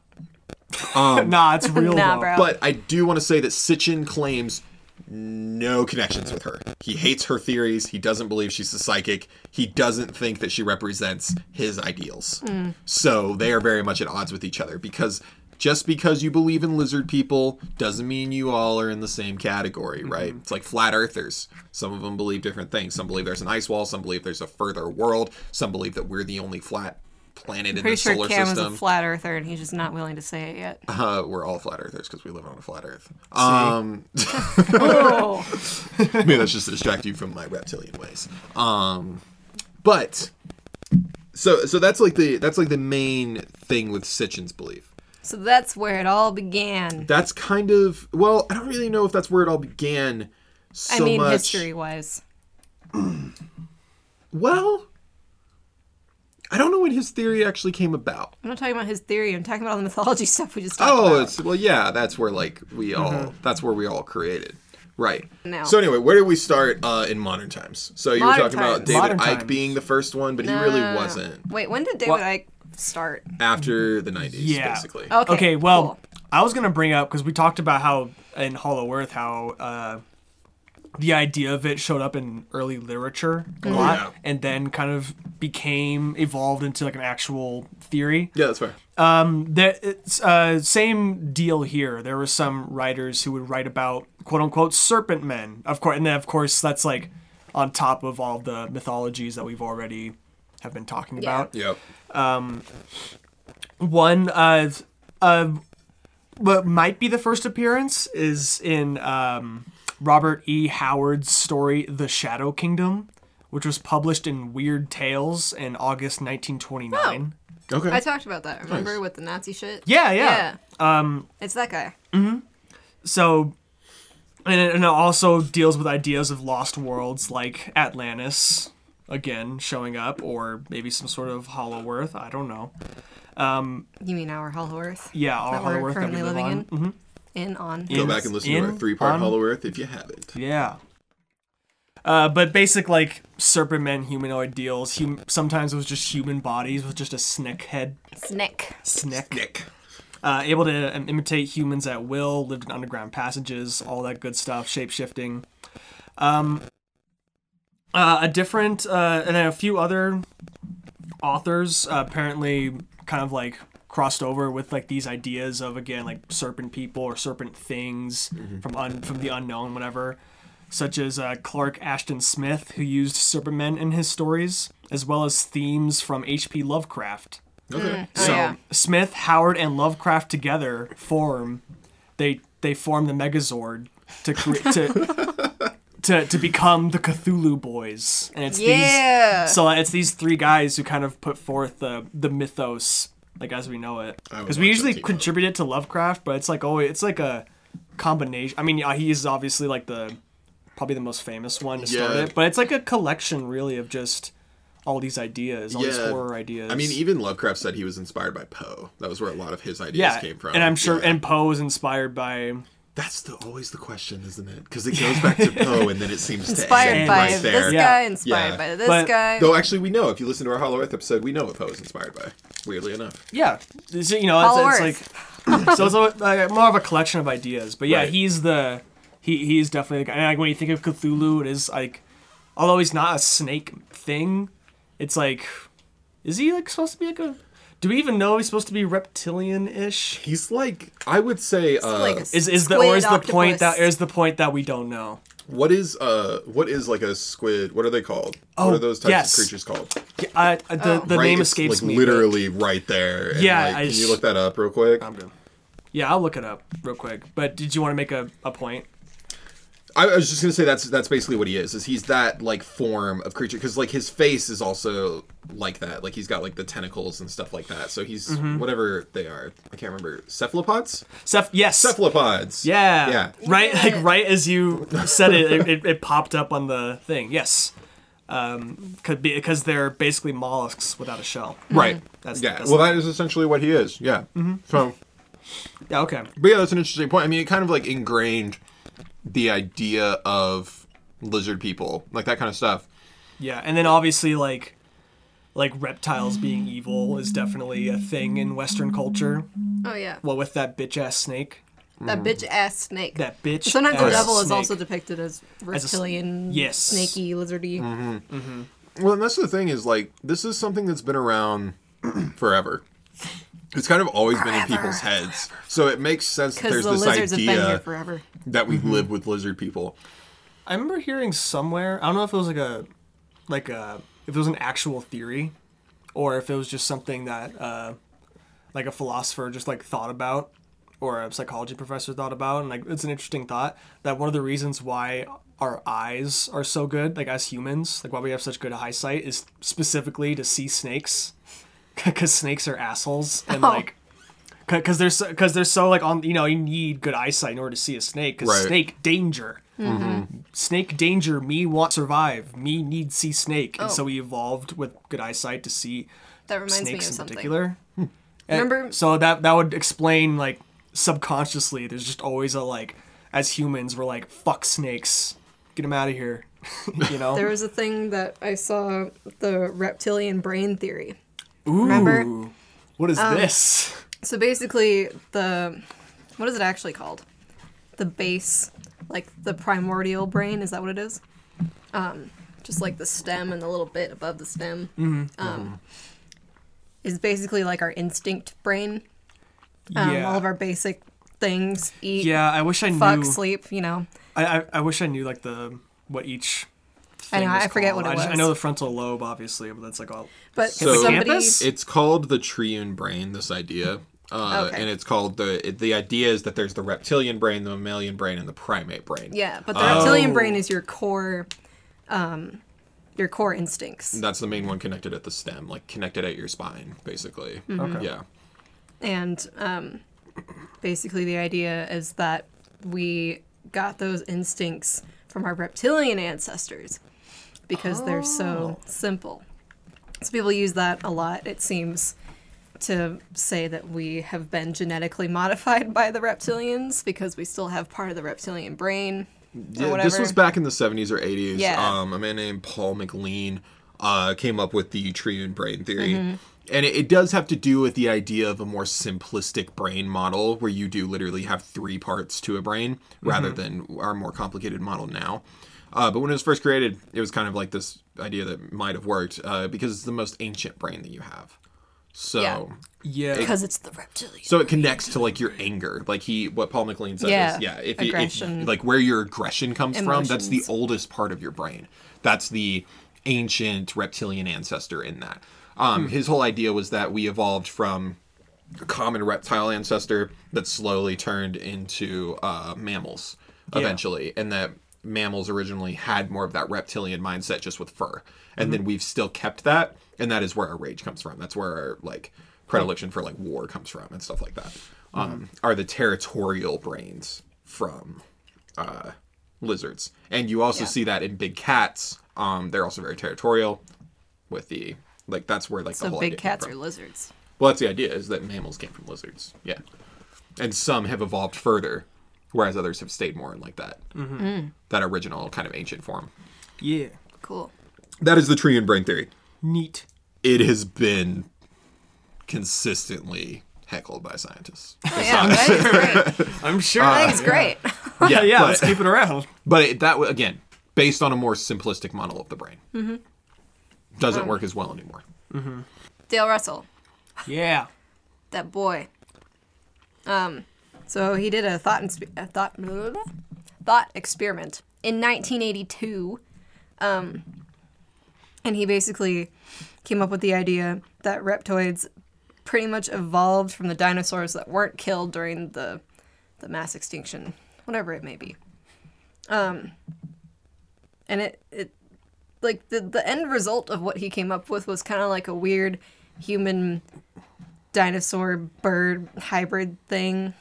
Speaker 3: Um,
Speaker 1: nah, it's real.
Speaker 2: nah,
Speaker 1: though.
Speaker 2: bro.
Speaker 3: But I do want to say that Sitchin claims no connections with her. He hates her theories. He doesn't believe she's a psychic. He doesn't think that she represents his ideals.
Speaker 2: Hmm.
Speaker 3: So they are very much at odds with each other because just because you believe in lizard people doesn't mean you all are in the same category,
Speaker 2: Mm-hmm.
Speaker 3: right? It's like flat earthers. Some of them believe different things. Some believe there's an ice wall. Some believe there's a further world. Some believe that we're the only flat planet in
Speaker 2: Pretty
Speaker 3: the
Speaker 2: sure
Speaker 3: solar
Speaker 2: Cam
Speaker 3: system.
Speaker 2: is a flat earther, and he's just not willing to say it yet.
Speaker 3: Uh, we're all flat earthers because we live on a flat earth. Um,
Speaker 2: oh,
Speaker 3: maybe that's just to distract you from my reptilian ways. Um, but so so that's like the that's like the main thing with Sitchin's belief.
Speaker 2: so that's where it all began.
Speaker 3: That's kind of well, I don't really know if that's where it all began.
Speaker 2: I
Speaker 3: So
Speaker 2: mean,
Speaker 3: much.
Speaker 2: history-wise.
Speaker 3: Well, I don't know when his theory actually came about.
Speaker 2: I'm not talking about his theory. I'm talking about all the mythology stuff we just talked about.
Speaker 3: Oh, it's well, yeah. That's where like we all. That's where we all created. Right.
Speaker 2: Mm-hmm. No.
Speaker 3: So anyway, where did we start uh, in modern times? So you
Speaker 2: Modern
Speaker 3: were talking about
Speaker 2: times.
Speaker 3: David
Speaker 1: Modern
Speaker 3: Ike
Speaker 1: times.
Speaker 3: being the first one, but he really
Speaker 2: No, no, no.
Speaker 3: wasn't
Speaker 2: Uh, Wait, when did David
Speaker 1: What?
Speaker 2: Icke start?
Speaker 3: after the nineties,
Speaker 1: Mm, Yeah.
Speaker 3: basically.
Speaker 2: Okay.
Speaker 1: Okay, well,
Speaker 2: cool.
Speaker 1: I was gonna bring up because we talked about how in Hollow Earth how uh, the idea of it showed up in early literature
Speaker 2: Mm-hmm.
Speaker 1: a lot,
Speaker 3: yeah.
Speaker 1: and then kind of became evolved into like an actual theory.
Speaker 3: Yeah, that's fair.
Speaker 1: There, it's, uh, same deal here. There were some writers who would write about quote unquote serpent men, of course, and then of course that's like on top of all the mythologies that we've already have been talking
Speaker 2: Yeah.
Speaker 1: about.
Speaker 3: Yep.
Speaker 1: One uh, uh, what might be the first appearance is in um, Robert E. Howard's story *The Shadow Kingdom*, which was published in Weird Tales in August 1929.
Speaker 2: Oh.
Speaker 3: Okay.
Speaker 2: I talked about that. Remember with the Nazi shit?
Speaker 1: Yeah, yeah.
Speaker 2: Um, it's that guy.
Speaker 1: So, and it, and it also deals with ideas of lost worlds like Atlantis, again showing up, or maybe some sort of Hollow Earth. I don't know.
Speaker 2: You mean our Hollow Earth?
Speaker 1: Yeah, our
Speaker 2: that
Speaker 1: Hollow
Speaker 2: we're
Speaker 1: Earth that we
Speaker 2: currently
Speaker 1: live
Speaker 2: living
Speaker 1: on.
Speaker 2: in. In on.
Speaker 1: In-
Speaker 3: Go back and listen to our
Speaker 1: in-
Speaker 3: three part
Speaker 1: on-
Speaker 3: Hollow Earth if you haven't.
Speaker 1: Yeah. Uh, but basic like serpent men humanoid deals. Hum- sometimes it was just human bodies with just a snick head,
Speaker 2: Snick.
Speaker 1: snick.
Speaker 3: Nick.
Speaker 1: Uh, able to um, imitate humans at will. Lived in underground passages, all that good stuff. Shape shifting. Um, uh, a different uh, and a few other authors uh, apparently kind of like crossed over with like these ideas of again like serpent people or serpent things from un- from the unknown, whatever such as uh, Clark Ashton Smith, who used serpent men in his stories, as well as themes from H.P. Lovecraft.
Speaker 3: Okay.
Speaker 2: Oh,
Speaker 1: So
Speaker 2: yeah.
Speaker 1: Smith, Howard, and Lovecraft together form they they form the Megazord to cre- to, to to become the Cthulhu Boys, and it's
Speaker 2: Yeah.
Speaker 1: these so it's these three guys who kind of put forth the the mythos like as we know it
Speaker 3: I would
Speaker 1: because we
Speaker 3: watch
Speaker 1: usually
Speaker 3: that TV.
Speaker 1: contribute it to Lovecraft, but it's like oh it's like a combination. I mean yeah, he is obviously like the probably the most famous one to start
Speaker 3: Yeah.
Speaker 1: it, but it's like a collection really of just all these ideas, all these
Speaker 3: Yeah.
Speaker 1: horror ideas.
Speaker 3: I mean, even Lovecraft said he was inspired by Poe. That was where a lot of his ideas
Speaker 1: yeah,
Speaker 3: came from.
Speaker 1: and I'm sure
Speaker 3: Yeah.
Speaker 1: and Poe was inspired by
Speaker 3: that's the, always the question, isn't it? Because it goes back to Poe, and then it seems to
Speaker 2: Inspired
Speaker 3: end
Speaker 2: by
Speaker 3: right there.
Speaker 2: this
Speaker 1: Yeah.
Speaker 2: guy, inspired
Speaker 3: Yeah.
Speaker 2: by this
Speaker 1: But-
Speaker 2: guy.
Speaker 3: Though actually, we know if you listen to our Hollow Earth episode, we know what Poe was inspired by. Weirdly enough,
Speaker 1: yeah, It's- you know,
Speaker 2: Hollow
Speaker 1: it's, it's like so it's a, like, more of a collection of ideas. But yeah,
Speaker 3: Right.
Speaker 1: he's the he he's definitely the guy. And like when you think of Cthulhu, it is like although he's not a snake thing, it's like is he like supposed to be like a do we even know he's supposed to be reptilian ish?
Speaker 3: he's like I would say. Uh,
Speaker 2: like a
Speaker 1: Is is the or is the
Speaker 2: Squid,
Speaker 1: point that
Speaker 2: octopus.
Speaker 1: is the point that we don't know?
Speaker 3: what is uh, what is like a squid? What are they called?
Speaker 1: Oh,
Speaker 3: what are those types
Speaker 1: yes.
Speaker 3: of creatures called?
Speaker 1: Yeah, I, I- the the
Speaker 3: Oh. Right,
Speaker 1: name
Speaker 3: it's,
Speaker 1: escapes
Speaker 3: like,
Speaker 1: me. but-
Speaker 3: Literally right there. And,
Speaker 1: Yeah,
Speaker 3: like,
Speaker 1: I
Speaker 3: can
Speaker 1: s-
Speaker 3: you look that up real quick?
Speaker 1: Yeah, I'll look it up real quick. But did you want to make a, a point?
Speaker 3: I I was just gonna say that's that's basically what he is. Is he's that like form of creature because like his face is also like that. Like he's got like the tentacles and stuff like that. So he's
Speaker 1: Mm-hmm.
Speaker 3: whatever they are. I can't remember cephalopods.
Speaker 1: Ceph- yes.
Speaker 3: Cephalopods.
Speaker 1: Yeah.
Speaker 3: Yeah.
Speaker 1: Right.
Speaker 2: Yeah.
Speaker 1: Like right as you said it, it, it, it popped up on the thing. Yes. Um, could be because they're basically mollusks without a shell.
Speaker 3: Right.
Speaker 1: That's-
Speaker 3: yeah.
Speaker 1: that's- Mm-hmm.
Speaker 3: well, that is essentially what he is. Yeah. So,
Speaker 1: Yeah. Okay.
Speaker 3: but yeah, that's an interesting point. I mean, it kind of like ingrained the idea of lizard people, like that kind of stuff.
Speaker 1: Yeah. And then obviously like, like reptiles being evil is definitely a thing in Western culture.
Speaker 2: Oh yeah,
Speaker 1: Well, with that bitch ass snake,
Speaker 2: that bitch ass snake.
Speaker 1: that bitch.
Speaker 2: Sometimes the
Speaker 1: ass
Speaker 2: devil is
Speaker 1: snake.
Speaker 2: also depicted as
Speaker 1: s-
Speaker 2: reptilian,
Speaker 1: yes.
Speaker 2: snaky, lizardy.
Speaker 3: Well, and that's the thing is like this is something that's been around forever. It's kind of always been in people's heads, so it makes sense that
Speaker 2: Because
Speaker 3: there's
Speaker 2: the
Speaker 3: this
Speaker 2: lizards have been here Mm-hmm.
Speaker 3: idea
Speaker 2: forever.
Speaker 3: that we live with lizard people.
Speaker 1: I remember hearing somewhere. I don't know if it was like a, like a, if it was an actual theory, or if it was just something that, uh, like a philosopher just like thought about, or a psychology professor thought about, and like it's an interesting thought that one of the reasons why our eyes are so good, like as humans, like why we have such good eyesight, is specifically to see snakes, because snakes are assholes and
Speaker 2: Oh.
Speaker 1: like. Because they're so, because they're so like on you know you need good eyesight in order to see a snake because
Speaker 3: Right.
Speaker 1: snake danger
Speaker 2: Mm-hmm.
Speaker 1: Mm-hmm. snake danger me want survive me need see snake and
Speaker 2: Oh.
Speaker 1: so we evolved with good eyesight to see
Speaker 2: That reminds me of
Speaker 1: snakes in
Speaker 2: something.
Speaker 1: particular Hmm. And
Speaker 2: Remember-
Speaker 1: so that that would explain like subconsciously there's just always a like as humans we're like fuck snakes get them out of here you know
Speaker 2: There was a thing that I saw the reptilian brain theory.
Speaker 1: Ooh,
Speaker 2: remember- Um,
Speaker 1: what is this
Speaker 2: So basically, the what is it actually called? The base, like the primordial brain, is that what it is? Um, just like the stem and the little bit above the stem, um,
Speaker 1: Mm-hmm.
Speaker 2: is basically like our instinct brain. Um,
Speaker 1: yeah
Speaker 2: All of our basic things: eat,
Speaker 1: yeah i wish i
Speaker 2: fuck,
Speaker 1: knew
Speaker 2: sleep. You know,
Speaker 1: I, I i wish i knew like the what each
Speaker 2: I know,
Speaker 1: thing was
Speaker 2: I forget
Speaker 1: called.
Speaker 2: what it
Speaker 1: I, just- I
Speaker 2: was.
Speaker 1: know the frontal lobe obviously but that's like all
Speaker 2: but
Speaker 3: So-
Speaker 2: somebody.
Speaker 1: Hippocampus?
Speaker 3: It's called the triune brain. This idea, uh,
Speaker 2: Okay.
Speaker 3: and it's called the it, the idea is that there's the reptilian brain, the mammalian brain, and the primate brain.
Speaker 2: Yeah, but the reptilian
Speaker 1: Oh.
Speaker 2: brain is your core, um, your core instincts,
Speaker 3: That's the main one connected at the stem, like connected at your spine, basically.
Speaker 2: Mm-hmm.
Speaker 3: Okay. Yeah.
Speaker 2: and um, basically the idea is that we got those instincts from our reptilian ancestors, because they're
Speaker 3: Oh.
Speaker 2: so simple. So people use that a lot, it seems, to say that we have been genetically modified by the reptilians because we still have part of the reptilian brain. Or
Speaker 3: Yeah,
Speaker 2: whatever.
Speaker 3: this was back in the 70s or 80s.
Speaker 2: Yeah.
Speaker 3: Um, a man named Paul McLean uh, came up with the tree and brain theory.
Speaker 2: Mm-hmm.
Speaker 3: And it, it does have to do with the idea of a more simplistic brain model where you do literally have three parts to a brain rather
Speaker 2: Mm-hmm.
Speaker 3: than our more complicated model now. Uh, but when it was first created, it was kind of like this idea that might have worked uh, because it's the most ancient brain that you have. So.
Speaker 2: Yeah.
Speaker 1: Yeah.
Speaker 2: Because it's the reptilian.
Speaker 3: So it connects to like your anger, like he what Paul McLean says
Speaker 2: Yeah.
Speaker 3: is yeah, if, you- if
Speaker 2: Aggression.
Speaker 3: like where your aggression comes from, that's the
Speaker 2: Emotions.
Speaker 3: oldest part of your brain. That's the ancient reptilian ancestor in that. Um, His whole idea was that we evolved from a common reptile ancestor that slowly turned into uh, mammals eventually, and that mammals originally had more of that reptilian mindset just with fur, and then we've still kept that, and that is where our rage comes from. That's where our like predilection for like war comes from and stuff like that. Um, Are the territorial brains from uh, lizards, and you also
Speaker 2: Yeah.
Speaker 3: see that in big cats. Um, they're also very territorial with the like that's where like the
Speaker 2: So
Speaker 3: whole
Speaker 2: big
Speaker 3: idea came
Speaker 2: cats
Speaker 3: from.
Speaker 2: are lizards.
Speaker 3: Well, that's the idea is that mammals came from lizards. Yeah. And some have evolved further, whereas others have stayed more in like that
Speaker 2: Mm-hmm.
Speaker 3: that original kind of ancient form.
Speaker 1: Yeah.
Speaker 2: Cool.
Speaker 3: That is the tree and brain theory.
Speaker 1: Neat.
Speaker 3: It has been consistently heckled by scientists.
Speaker 2: Oh, yeah, I think it's great.
Speaker 1: I'm sure. Uh,
Speaker 2: I think it's great.
Speaker 1: yeah, yeah.
Speaker 3: but-
Speaker 1: Let's keep it around.
Speaker 3: But it, that w- again, based on a more simplistic model of the brain,
Speaker 2: Mm-hmm.
Speaker 3: doesn't
Speaker 2: Um,
Speaker 3: work as well anymore.
Speaker 2: Dale Russell,
Speaker 1: Yeah.
Speaker 2: that boy. Um, so he did a thought inspe- a thought blah, blah, blah, thought experiment in 1982, um, and he basically came up with the idea that reptoids pretty much evolved from the dinosaurs that weren't killed during the the mass extinction, whatever it may be. Um, and it it like the the end result of what he came up with was kind of like a weird human dinosaur bird hybrid thing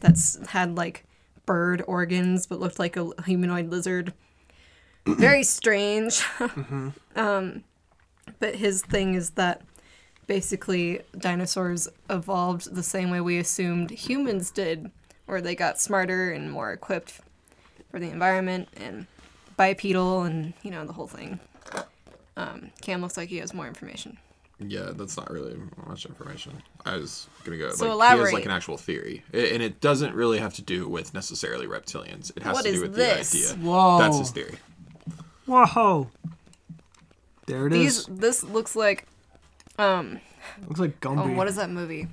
Speaker 2: that's had like bird organs but looked like a humanoid lizard. Very strange. Um, but his thing is that basically dinosaurs evolved the same way we assumed humans did, where they got smarter and more equipped for the environment and bipedal and you know the whole thing. Um, Cam looks like he has more information.
Speaker 3: Yeah, that's not really much information. I was gonna go.
Speaker 2: So
Speaker 3: like, He has
Speaker 2: elaborate.
Speaker 3: like an actual theory, I- and it doesn't really have to do with necessarily reptilians. It has
Speaker 2: What
Speaker 3: to
Speaker 2: is
Speaker 3: do with
Speaker 2: this?
Speaker 3: the idea.
Speaker 1: Whoa.
Speaker 3: That's his theory.
Speaker 1: Whoa. There it
Speaker 2: These
Speaker 1: is.
Speaker 2: this looks like
Speaker 1: Looks like
Speaker 2: Oh,
Speaker 1: Gumby.
Speaker 2: what is that movie?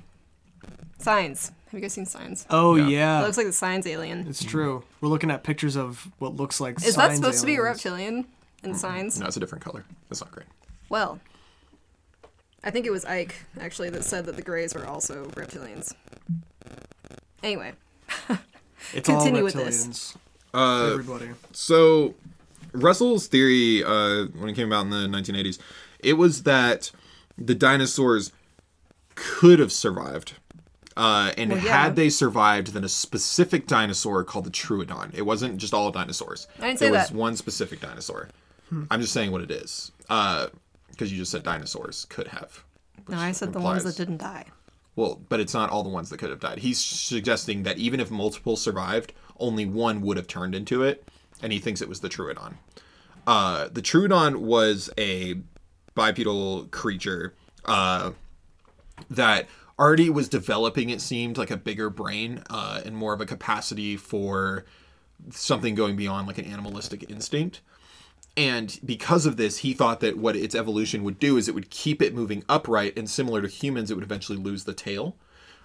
Speaker 2: Signs. Have you guys seen Signs?
Speaker 1: Oh yeah.
Speaker 2: It looks like the Signs alien.
Speaker 1: it's true. We're looking at pictures of what looks like.
Speaker 2: Is that supposed to be a reptilian in Signs?
Speaker 3: No, it's a different color. That's not great.
Speaker 2: Well, I think it was Ike actually that said that the Greys were also reptilians. Anyway,
Speaker 1: It's
Speaker 2: Continue
Speaker 1: all
Speaker 2: with this.
Speaker 1: reptilians.
Speaker 3: Uh,
Speaker 1: Everybody.
Speaker 3: so Russell's theory, uh, when it came out in the 1980s, it was that the dinosaurs could have survived. Uh, and
Speaker 2: Well, yeah.
Speaker 3: had they survived, then a specific dinosaur called the Truodon. It wasn't just all dinosaurs.
Speaker 2: I didn't say
Speaker 3: it was
Speaker 2: that. Hmm.
Speaker 3: one specific dinosaur. I'm just saying what it is. Because you just said dinosaurs could have.
Speaker 2: no,
Speaker 3: which
Speaker 2: I said the ones
Speaker 3: implies-
Speaker 2: that didn't die.
Speaker 3: well, but it's not all the ones that could have died. He's suggesting that even if multiple survived, only one would have turned into it, and he thinks it was the Truodon. Uh, the Truodon was a bipedal creature uh, that already was developing, it seemed, like a bigger brain uh, and more of a capacity for something going beyond like an animalistic instinct. And because of this, he thought that what its evolution would do is it would keep it moving upright, and similar to humans, it would eventually lose the tail.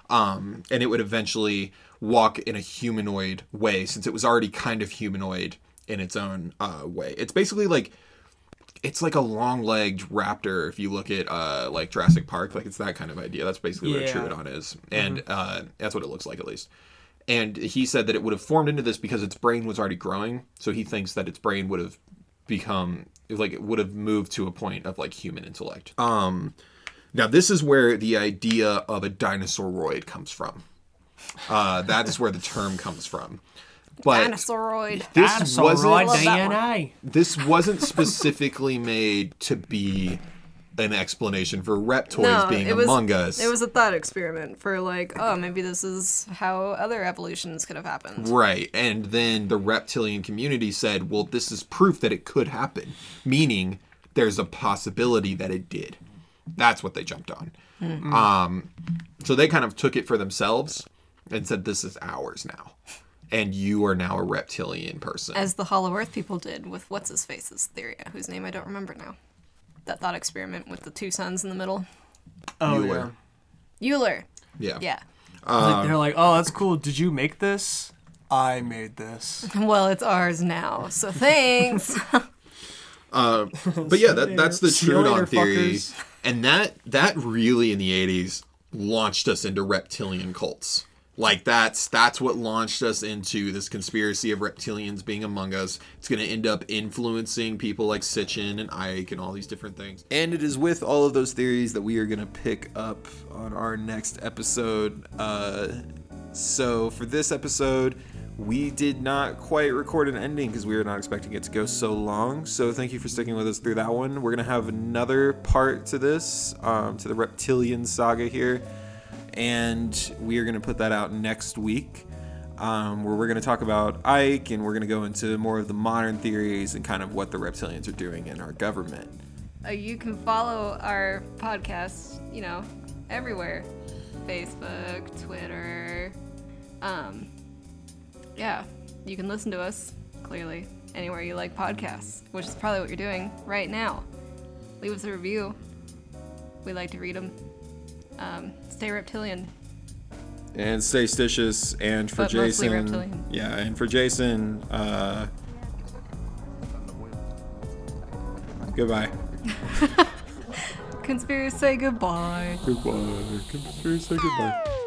Speaker 3: Um, and it would eventually walk in a humanoid way since it was already kind of humanoid in its own uh, way. It's basically like it's like a long-legged raptor if you look at uh like Jurassic Park like it's that kind of idea that's basically what a
Speaker 1: Yeah.
Speaker 3: Truodon is and uh that's what it looks like at least and he said that it would have formed into this because its brain was already growing so he thinks that its brain would have become like it would have moved to a point of like human intellect um now this is where the idea of a dinosauroid comes from uh, that is where the term comes from. But
Speaker 2: Dinosauroid.
Speaker 3: this wasn't
Speaker 2: Love that
Speaker 5: DNA.
Speaker 3: this wasn't specifically made to be an explanation for reptoids being among us.
Speaker 2: It was a thought experiment for like, oh, maybe this is how other evolutions could have happened.
Speaker 3: Right. And then the reptilian community said, well, this is proof that it could happen, meaning there's a possibility that it did. That's what they jumped on. Um, so they kind of took it for themselves and said, this is ours now. And you are now a reptilian person.
Speaker 2: As the Hollow Earth people did with what's his face's theory, whose name I don't remember now. That thought experiment with the two suns in the middle.
Speaker 1: Oh,
Speaker 3: You
Speaker 1: yeah.
Speaker 3: were.
Speaker 2: Euler.
Speaker 3: yeah.
Speaker 2: Yeah.
Speaker 1: Like, they're like, oh, that's cool. Did you make this? I made this.
Speaker 2: Well, it's ours now, so thanks.
Speaker 3: But yeah, that, that's the
Speaker 1: See you later,
Speaker 3: Trudon theory.
Speaker 1: fuckers.
Speaker 3: And that that really in the 80s launched us into reptilian cults. Like that's that's what launched us into this conspiracy of reptilians being among us. It's going to end up influencing people like Sitchin and Ike and all these different things.
Speaker 4: And it is with all of those theories that we are going to pick up on our next episode. Uh, so for this episode, we did not quite record an ending because we were not expecting it to go so long. So thank you for sticking with us through that one. We're going to have another part to this, um, to the reptilian saga here. And we are going to put that out next week. Um, where we're going to talk about Ike and we're going to go into more of the modern theories and kind of what the reptilians are doing in our government.
Speaker 2: Uh, you can follow our podcast, you know, everywhere Facebook, Twitter. Um, yeah, you can listen to us, clearly, anywhere you like podcasts, which is probably what you're doing right now. Leave us a review. We like to read them. Um, stay reptilian.
Speaker 4: and stay stitious and for
Speaker 2: But mostly
Speaker 4: jason
Speaker 2: reptilian.
Speaker 4: yeah and for jason uh goodbye
Speaker 2: Conspiracy, say goodbye.
Speaker 4: goodbye goodbye